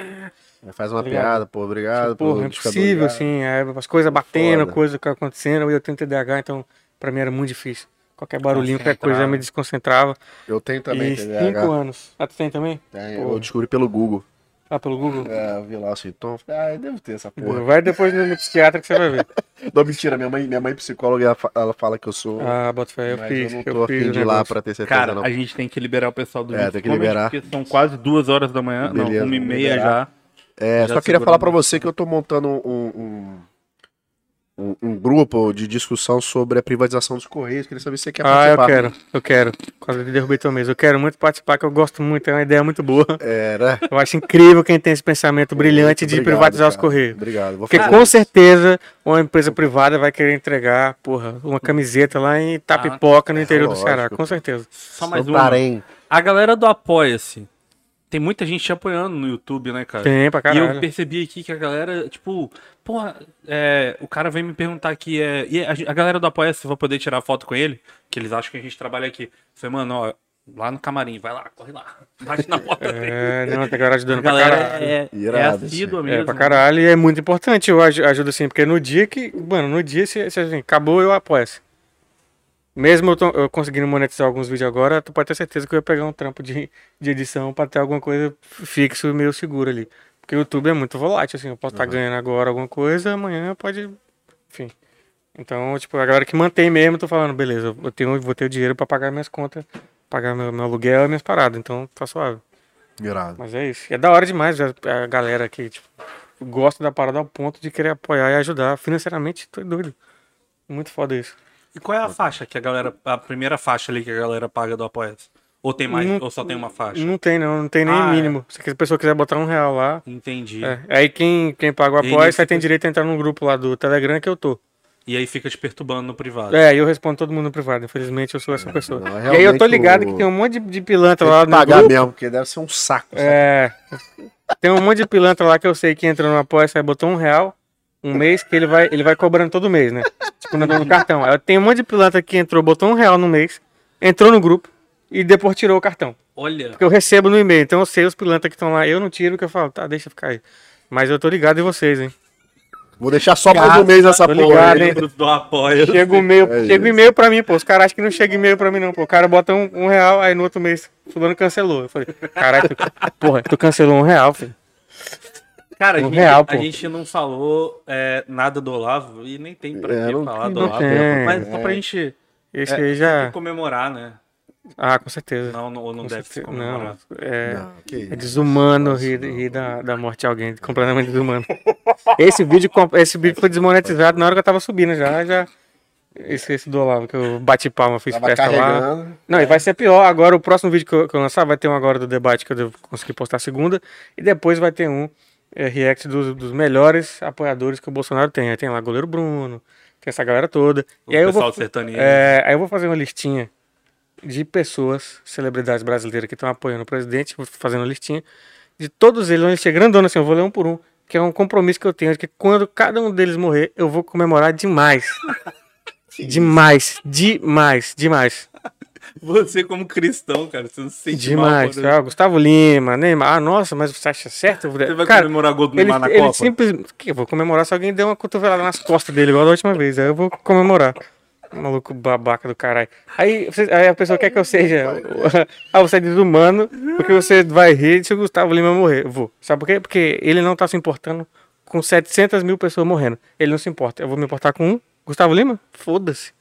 Speaker 1: Faz uma
Speaker 3: Obrigado.
Speaker 1: piada, pô, obrigado. pô,
Speaker 3: Porra, é
Speaker 1: liquidificador,
Speaker 3: impossível,
Speaker 1: obrigado.
Speaker 3: assim, é, as coisas batendo,
Speaker 1: Foda.
Speaker 3: coisas que acontecendo, eu tenho TDAH, então pra mim era muito difícil. Qualquer barulhinho, qualquer coisa eu me desconcentrava.
Speaker 1: Eu tenho também,
Speaker 3: e
Speaker 1: TDAH.
Speaker 3: cinco anos. Ah, tu tem também?
Speaker 1: Tem,
Speaker 3: Porra.
Speaker 1: Eu descobri pelo Google.
Speaker 3: Ah, pelo Google?
Speaker 1: É, eu vi lá o sintoma, falei, ah, eu devo ter essa porra.
Speaker 3: Vai depois no psiquiatra que você vai ver.
Speaker 1: Não, mentira, minha mãe, minha mãe é psicóloga, ela fa- ela fala que eu sou.
Speaker 3: Ah, bota fé, eu
Speaker 1: mas eu
Speaker 3: fiz.
Speaker 1: não
Speaker 3: Eu,
Speaker 1: tô afim
Speaker 3: fiz. o
Speaker 1: de ir lá
Speaker 3: negócio.
Speaker 1: pra ter certeza,
Speaker 2: Cara,
Speaker 1: não.
Speaker 2: a gente tem que liberar o pessoal do
Speaker 1: É,
Speaker 2: Juiz
Speaker 1: tem que
Speaker 2: Comedy,
Speaker 1: liberar.
Speaker 2: Porque são quase duas horas da manhã.
Speaker 1: Beleza,
Speaker 2: não, uma e
Speaker 1: vamos
Speaker 2: meia
Speaker 1: liberar.
Speaker 2: já.
Speaker 1: É,
Speaker 2: já
Speaker 1: só queria falar
Speaker 2: segurando.
Speaker 1: pra
Speaker 3: né?
Speaker 1: você que eu tô montando um, um, um, um grupo de discussão sobre a privatização dos Correios. Queria saber se você quer
Speaker 3: Ah, eu
Speaker 1: participar.
Speaker 3: quero, eu quero. Quase derrubei tua mesa. Eu quero muito participar, que eu gosto muito, é uma ideia muito boa.
Speaker 1: É, né?
Speaker 3: Eu acho incrível quem tem esse pensamento brilhante de
Speaker 1: Obrigado,
Speaker 3: privatizar os
Speaker 1: cara.
Speaker 3: correios.
Speaker 1: Obrigado. Vou
Speaker 3: Porque
Speaker 1: fazer
Speaker 3: com
Speaker 1: isso.
Speaker 3: certeza uma empresa privada vai querer entregar, porra, uma camiseta lá em Tapipoca, no interior do
Speaker 1: lógico.
Speaker 3: Ceará, com certeza.
Speaker 2: Só mais uma.
Speaker 1: Santarém.
Speaker 2: A galera do Apoia-se. Tem muita gente te apoiando no YouTube, né, cara?
Speaker 3: Tem pra
Speaker 2: E eu
Speaker 3: caralho.
Speaker 2: percebi aqui que a galera, tipo, porra, é, o cara vem me perguntar aqui, é, e a, gen- a galera do Apoia-se, eu vou poder tirar foto com ele? Que eles acham que a gente trabalha aqui. Eu falei, mano, ó, lá no camarim, vai lá, corre lá, bate na porta dele.
Speaker 3: É, não, tem garagem
Speaker 2: A
Speaker 3: dando pra
Speaker 2: galera
Speaker 3: caralho.
Speaker 2: é, é
Speaker 1: Irado,
Speaker 2: assídua mesmo.
Speaker 3: É, pra caralho, e é muito importante eu aj- ajudo assim, porque no dia que, mano, no dia, se, se assim, acabou, eu apoio-se. Mesmo eu, tô- eu conseguindo monetizar alguns vídeos agora, tu pode ter certeza que eu ia pegar um trampo de, de edição pra ter alguma coisa fixo e meio seguro ali. Porque o YouTube é muito volátil, assim, eu posso estar ganhando agora alguma coisa, amanhã pode, enfim. Então, tipo, a galera que mantém mesmo, eu tô falando, beleza, eu tenho, vou ter o dinheiro pra pagar minhas contas, pagar meu, meu aluguel e minhas paradas, então tá suave.
Speaker 1: Irado.
Speaker 3: Mas é isso. E É da hora demais a, a galera que tipo, gosta da parada ao ponto de querer apoiar e ajudar financeiramente. Tô doido. Muito foda isso.
Speaker 2: E qual é a faixa que a galera, a primeira faixa ali que a galera paga do Apoia-se? Ou tem mais,
Speaker 3: Não-
Speaker 2: ou só tem uma faixa?
Speaker 3: Não tem, não. Não tem nem
Speaker 2: Ah,
Speaker 1: é.
Speaker 3: mínimo. Se a pessoa quiser botar um real lá.
Speaker 2: Entendi.
Speaker 3: é. Aí quem, quem paga o
Speaker 2: E
Speaker 3: apoio,
Speaker 2: nesse-
Speaker 3: você tem direito a entrar num grupo lá do Telegram que eu tô.
Speaker 2: E aí fica te perturbando no privado.
Speaker 3: É, aí eu respondo todo mundo no privado. Infelizmente eu sou essa pessoa.
Speaker 1: não, é
Speaker 3: e aí eu tô
Speaker 1: realmente
Speaker 3: ligado
Speaker 1: o-
Speaker 3: que tem um monte de, de pilantra lá
Speaker 1: Tem que
Speaker 3: no
Speaker 1: pagar
Speaker 3: grupo.
Speaker 1: mesmo, porque deve ser um saco. sabe?
Speaker 3: É. Tem um monte de pilantra lá que eu sei que entra no apoia sai botou um real um mês que ele vai, ele vai cobrando todo mês, né? Tipo, no, no cartão. Aí tem um monte de pilantra que entrou, botou um real no mês, entrou no grupo e depois tirou o cartão.
Speaker 2: Olha,
Speaker 3: Porque eu recebo no e-mail, então eu sei os pilantra que estão lá. Eu não tiro, que eu falo, tá, deixa ficar aí. Mas eu tô ligado em vocês, hein?
Speaker 1: Vou deixar só mais
Speaker 3: Cara,
Speaker 1: um mês essa
Speaker 3: tô
Speaker 1: porra.
Speaker 3: ligado,
Speaker 1: aí.
Speaker 3: hein?
Speaker 2: membros do Apoia-se.
Speaker 3: Chega o e-mail,
Speaker 1: É
Speaker 3: chega
Speaker 1: isso.
Speaker 3: o e-mail pra mim, pô. Os caras acham que não chega e-mail pra mim, não, pô. O cara bota um, um real, aí no outro mês, fulano cancelou. Eu falei, caralho, tu, porra, tu cancelou um real, filho.
Speaker 2: Cara, a
Speaker 3: Um
Speaker 2: gente,
Speaker 3: real,
Speaker 2: a
Speaker 3: pô.
Speaker 2: gente não falou é, nada do Olavo e nem tem pra
Speaker 1: É,
Speaker 2: que
Speaker 1: não-
Speaker 2: falar do
Speaker 3: não
Speaker 2: Olavo.
Speaker 3: tem. é.
Speaker 2: Mas só pra gente
Speaker 3: Esse aí já.
Speaker 2: comemorar, né?
Speaker 3: Ah, com certeza.
Speaker 2: Não, não, ou não
Speaker 3: Com
Speaker 2: deve se
Speaker 3: certeza.
Speaker 2: comemorar.
Speaker 3: Não, é,
Speaker 1: Não, Ah, que
Speaker 3: é
Speaker 1: isso.
Speaker 3: desumano rir, rir da, da morte de alguém, completamente desumano. Esse vídeo, com- esse vídeo foi desmonetizado na hora que eu tava subindo já, já. Esse, esse do Olavo, que eu bati palma, fiz
Speaker 1: Tava
Speaker 3: festa lá.
Speaker 1: carregando. É.
Speaker 3: Não, e vai ser pior. Agora, o próximo vídeo que eu, que eu lançar vai ter um agora do debate que eu devo conseguir postar segunda. E depois vai ter um é, react dos, dos melhores apoiadores que o Bolsonaro tem. Aí tem lá goleiro Bruno, tem essa galera toda.
Speaker 2: O
Speaker 3: e aí eu
Speaker 2: pessoal
Speaker 3: vou,
Speaker 2: do sertanejo.
Speaker 3: é, aí eu vou fazer uma listinha de pessoas, celebridades brasileiras que estão apoiando o presidente, vou fazendo uma listinha de todos eles, uma listinha grandona assim, eu vou ler um por um. que é um compromisso que eu tenho, que quando cada um deles morrer, eu vou comemorar demais. demais, demais, demais.
Speaker 2: Você como cristão, cara, você não se sente
Speaker 3: Demais.
Speaker 2: mal. quando-
Speaker 3: Ah, Gustavo Lima, Neymar. Ah, nossa, mas você acha certo?
Speaker 2: Você vai
Speaker 3: Cara,
Speaker 2: comemorar gol do
Speaker 3: ele,
Speaker 2: Neymar na
Speaker 3: ele
Speaker 2: Copa?
Speaker 3: simples- que eu vou comemorar se alguém deu uma cotovelada nas costas dele, igual da última vez. Aí eu vou comemorar. Maluco babaca do caralho. Aí, você- aí a pessoa quer que eu seja. ah, você é desumano, porque você vai rir se o Gustavo Lima morrer. Eu vou. Sabe por quê? Porque ele não tá se importando com 700 mil pessoas morrendo. Ele não se importa. Eu vou me importar com um? Gustavo Lima? Foda-se.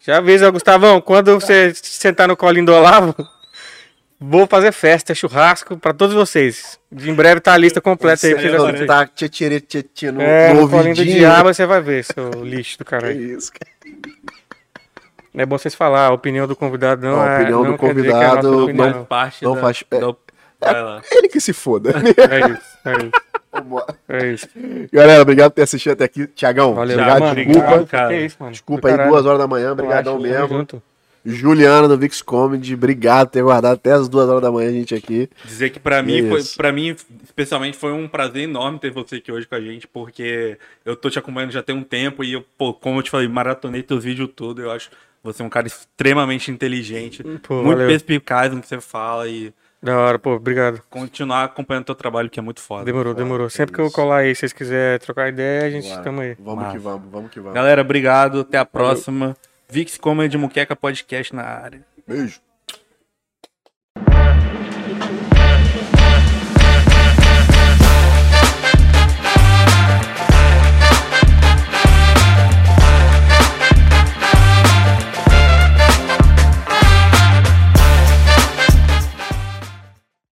Speaker 3: Já avisa, Gustavão, quando você sentar no colinho do Olavo, vou fazer festa, churrasco pra todos vocês. Em breve tá a lista completa aí. pra vocês assistirem.
Speaker 1: tá tchê tchê no,
Speaker 3: É,
Speaker 1: no
Speaker 3: no colinho do
Speaker 1: ouvidinho.
Speaker 3: diabo você vai ver, seu lixo do
Speaker 1: É
Speaker 3: caralho.
Speaker 1: isso, cara.
Speaker 3: Não é bom vocês falar, a opinião do convidado não,
Speaker 1: Não, a
Speaker 3: é.
Speaker 1: opinião
Speaker 3: não
Speaker 1: do
Speaker 3: quer dizer que é a nossa
Speaker 1: convidado
Speaker 3: opinião,
Speaker 2: Faz parte
Speaker 1: não
Speaker 2: da-
Speaker 1: faz- é.
Speaker 2: da- Vai lá.
Speaker 1: Ele que se foda.
Speaker 3: É isso, é isso. É isso.
Speaker 1: Galera, obrigado por ter assistido até aqui. Tiagão,
Speaker 3: Valeu,
Speaker 1: obrigado,
Speaker 3: mano.
Speaker 1: desculpa.
Speaker 2: obrigado, cara.
Speaker 3: Que isso, mano.
Speaker 1: Desculpa aí, duas horas da manhã, obrigadão mesmo. Juliana do Vix Comedy, obrigado por ter guardado até as duas horas da manhã a gente aqui.
Speaker 2: Dizer que pra mim, foi,
Speaker 1: Isso.
Speaker 2: pra mim, especialmente, foi um prazer enorme ter você aqui hoje com a gente, porque eu tô te acompanhando já tem um tempo e, eu, pô, como eu te falei, maratonei teu vídeo todo. Eu acho você um cara extremamente inteligente,
Speaker 3: Pô,
Speaker 2: muito
Speaker 3: valeu.
Speaker 2: perspicaz no que você fala e
Speaker 3: Da hora, pô, obrigado.
Speaker 2: continuar acompanhando teu trabalho, que é muito foda.
Speaker 3: Demorou, demorou. Sempre que eu colar aí, se vocês quiserem trocar ideia, a gente
Speaker 1: Bora.
Speaker 3: tamo aí.
Speaker 1: Vamos
Speaker 2: Massa.
Speaker 1: que vamos, vamos que vamos.
Speaker 2: Galera, obrigado. Até a próxima. Vix Comedy Muqueca Podcast na área.
Speaker 1: Beijo.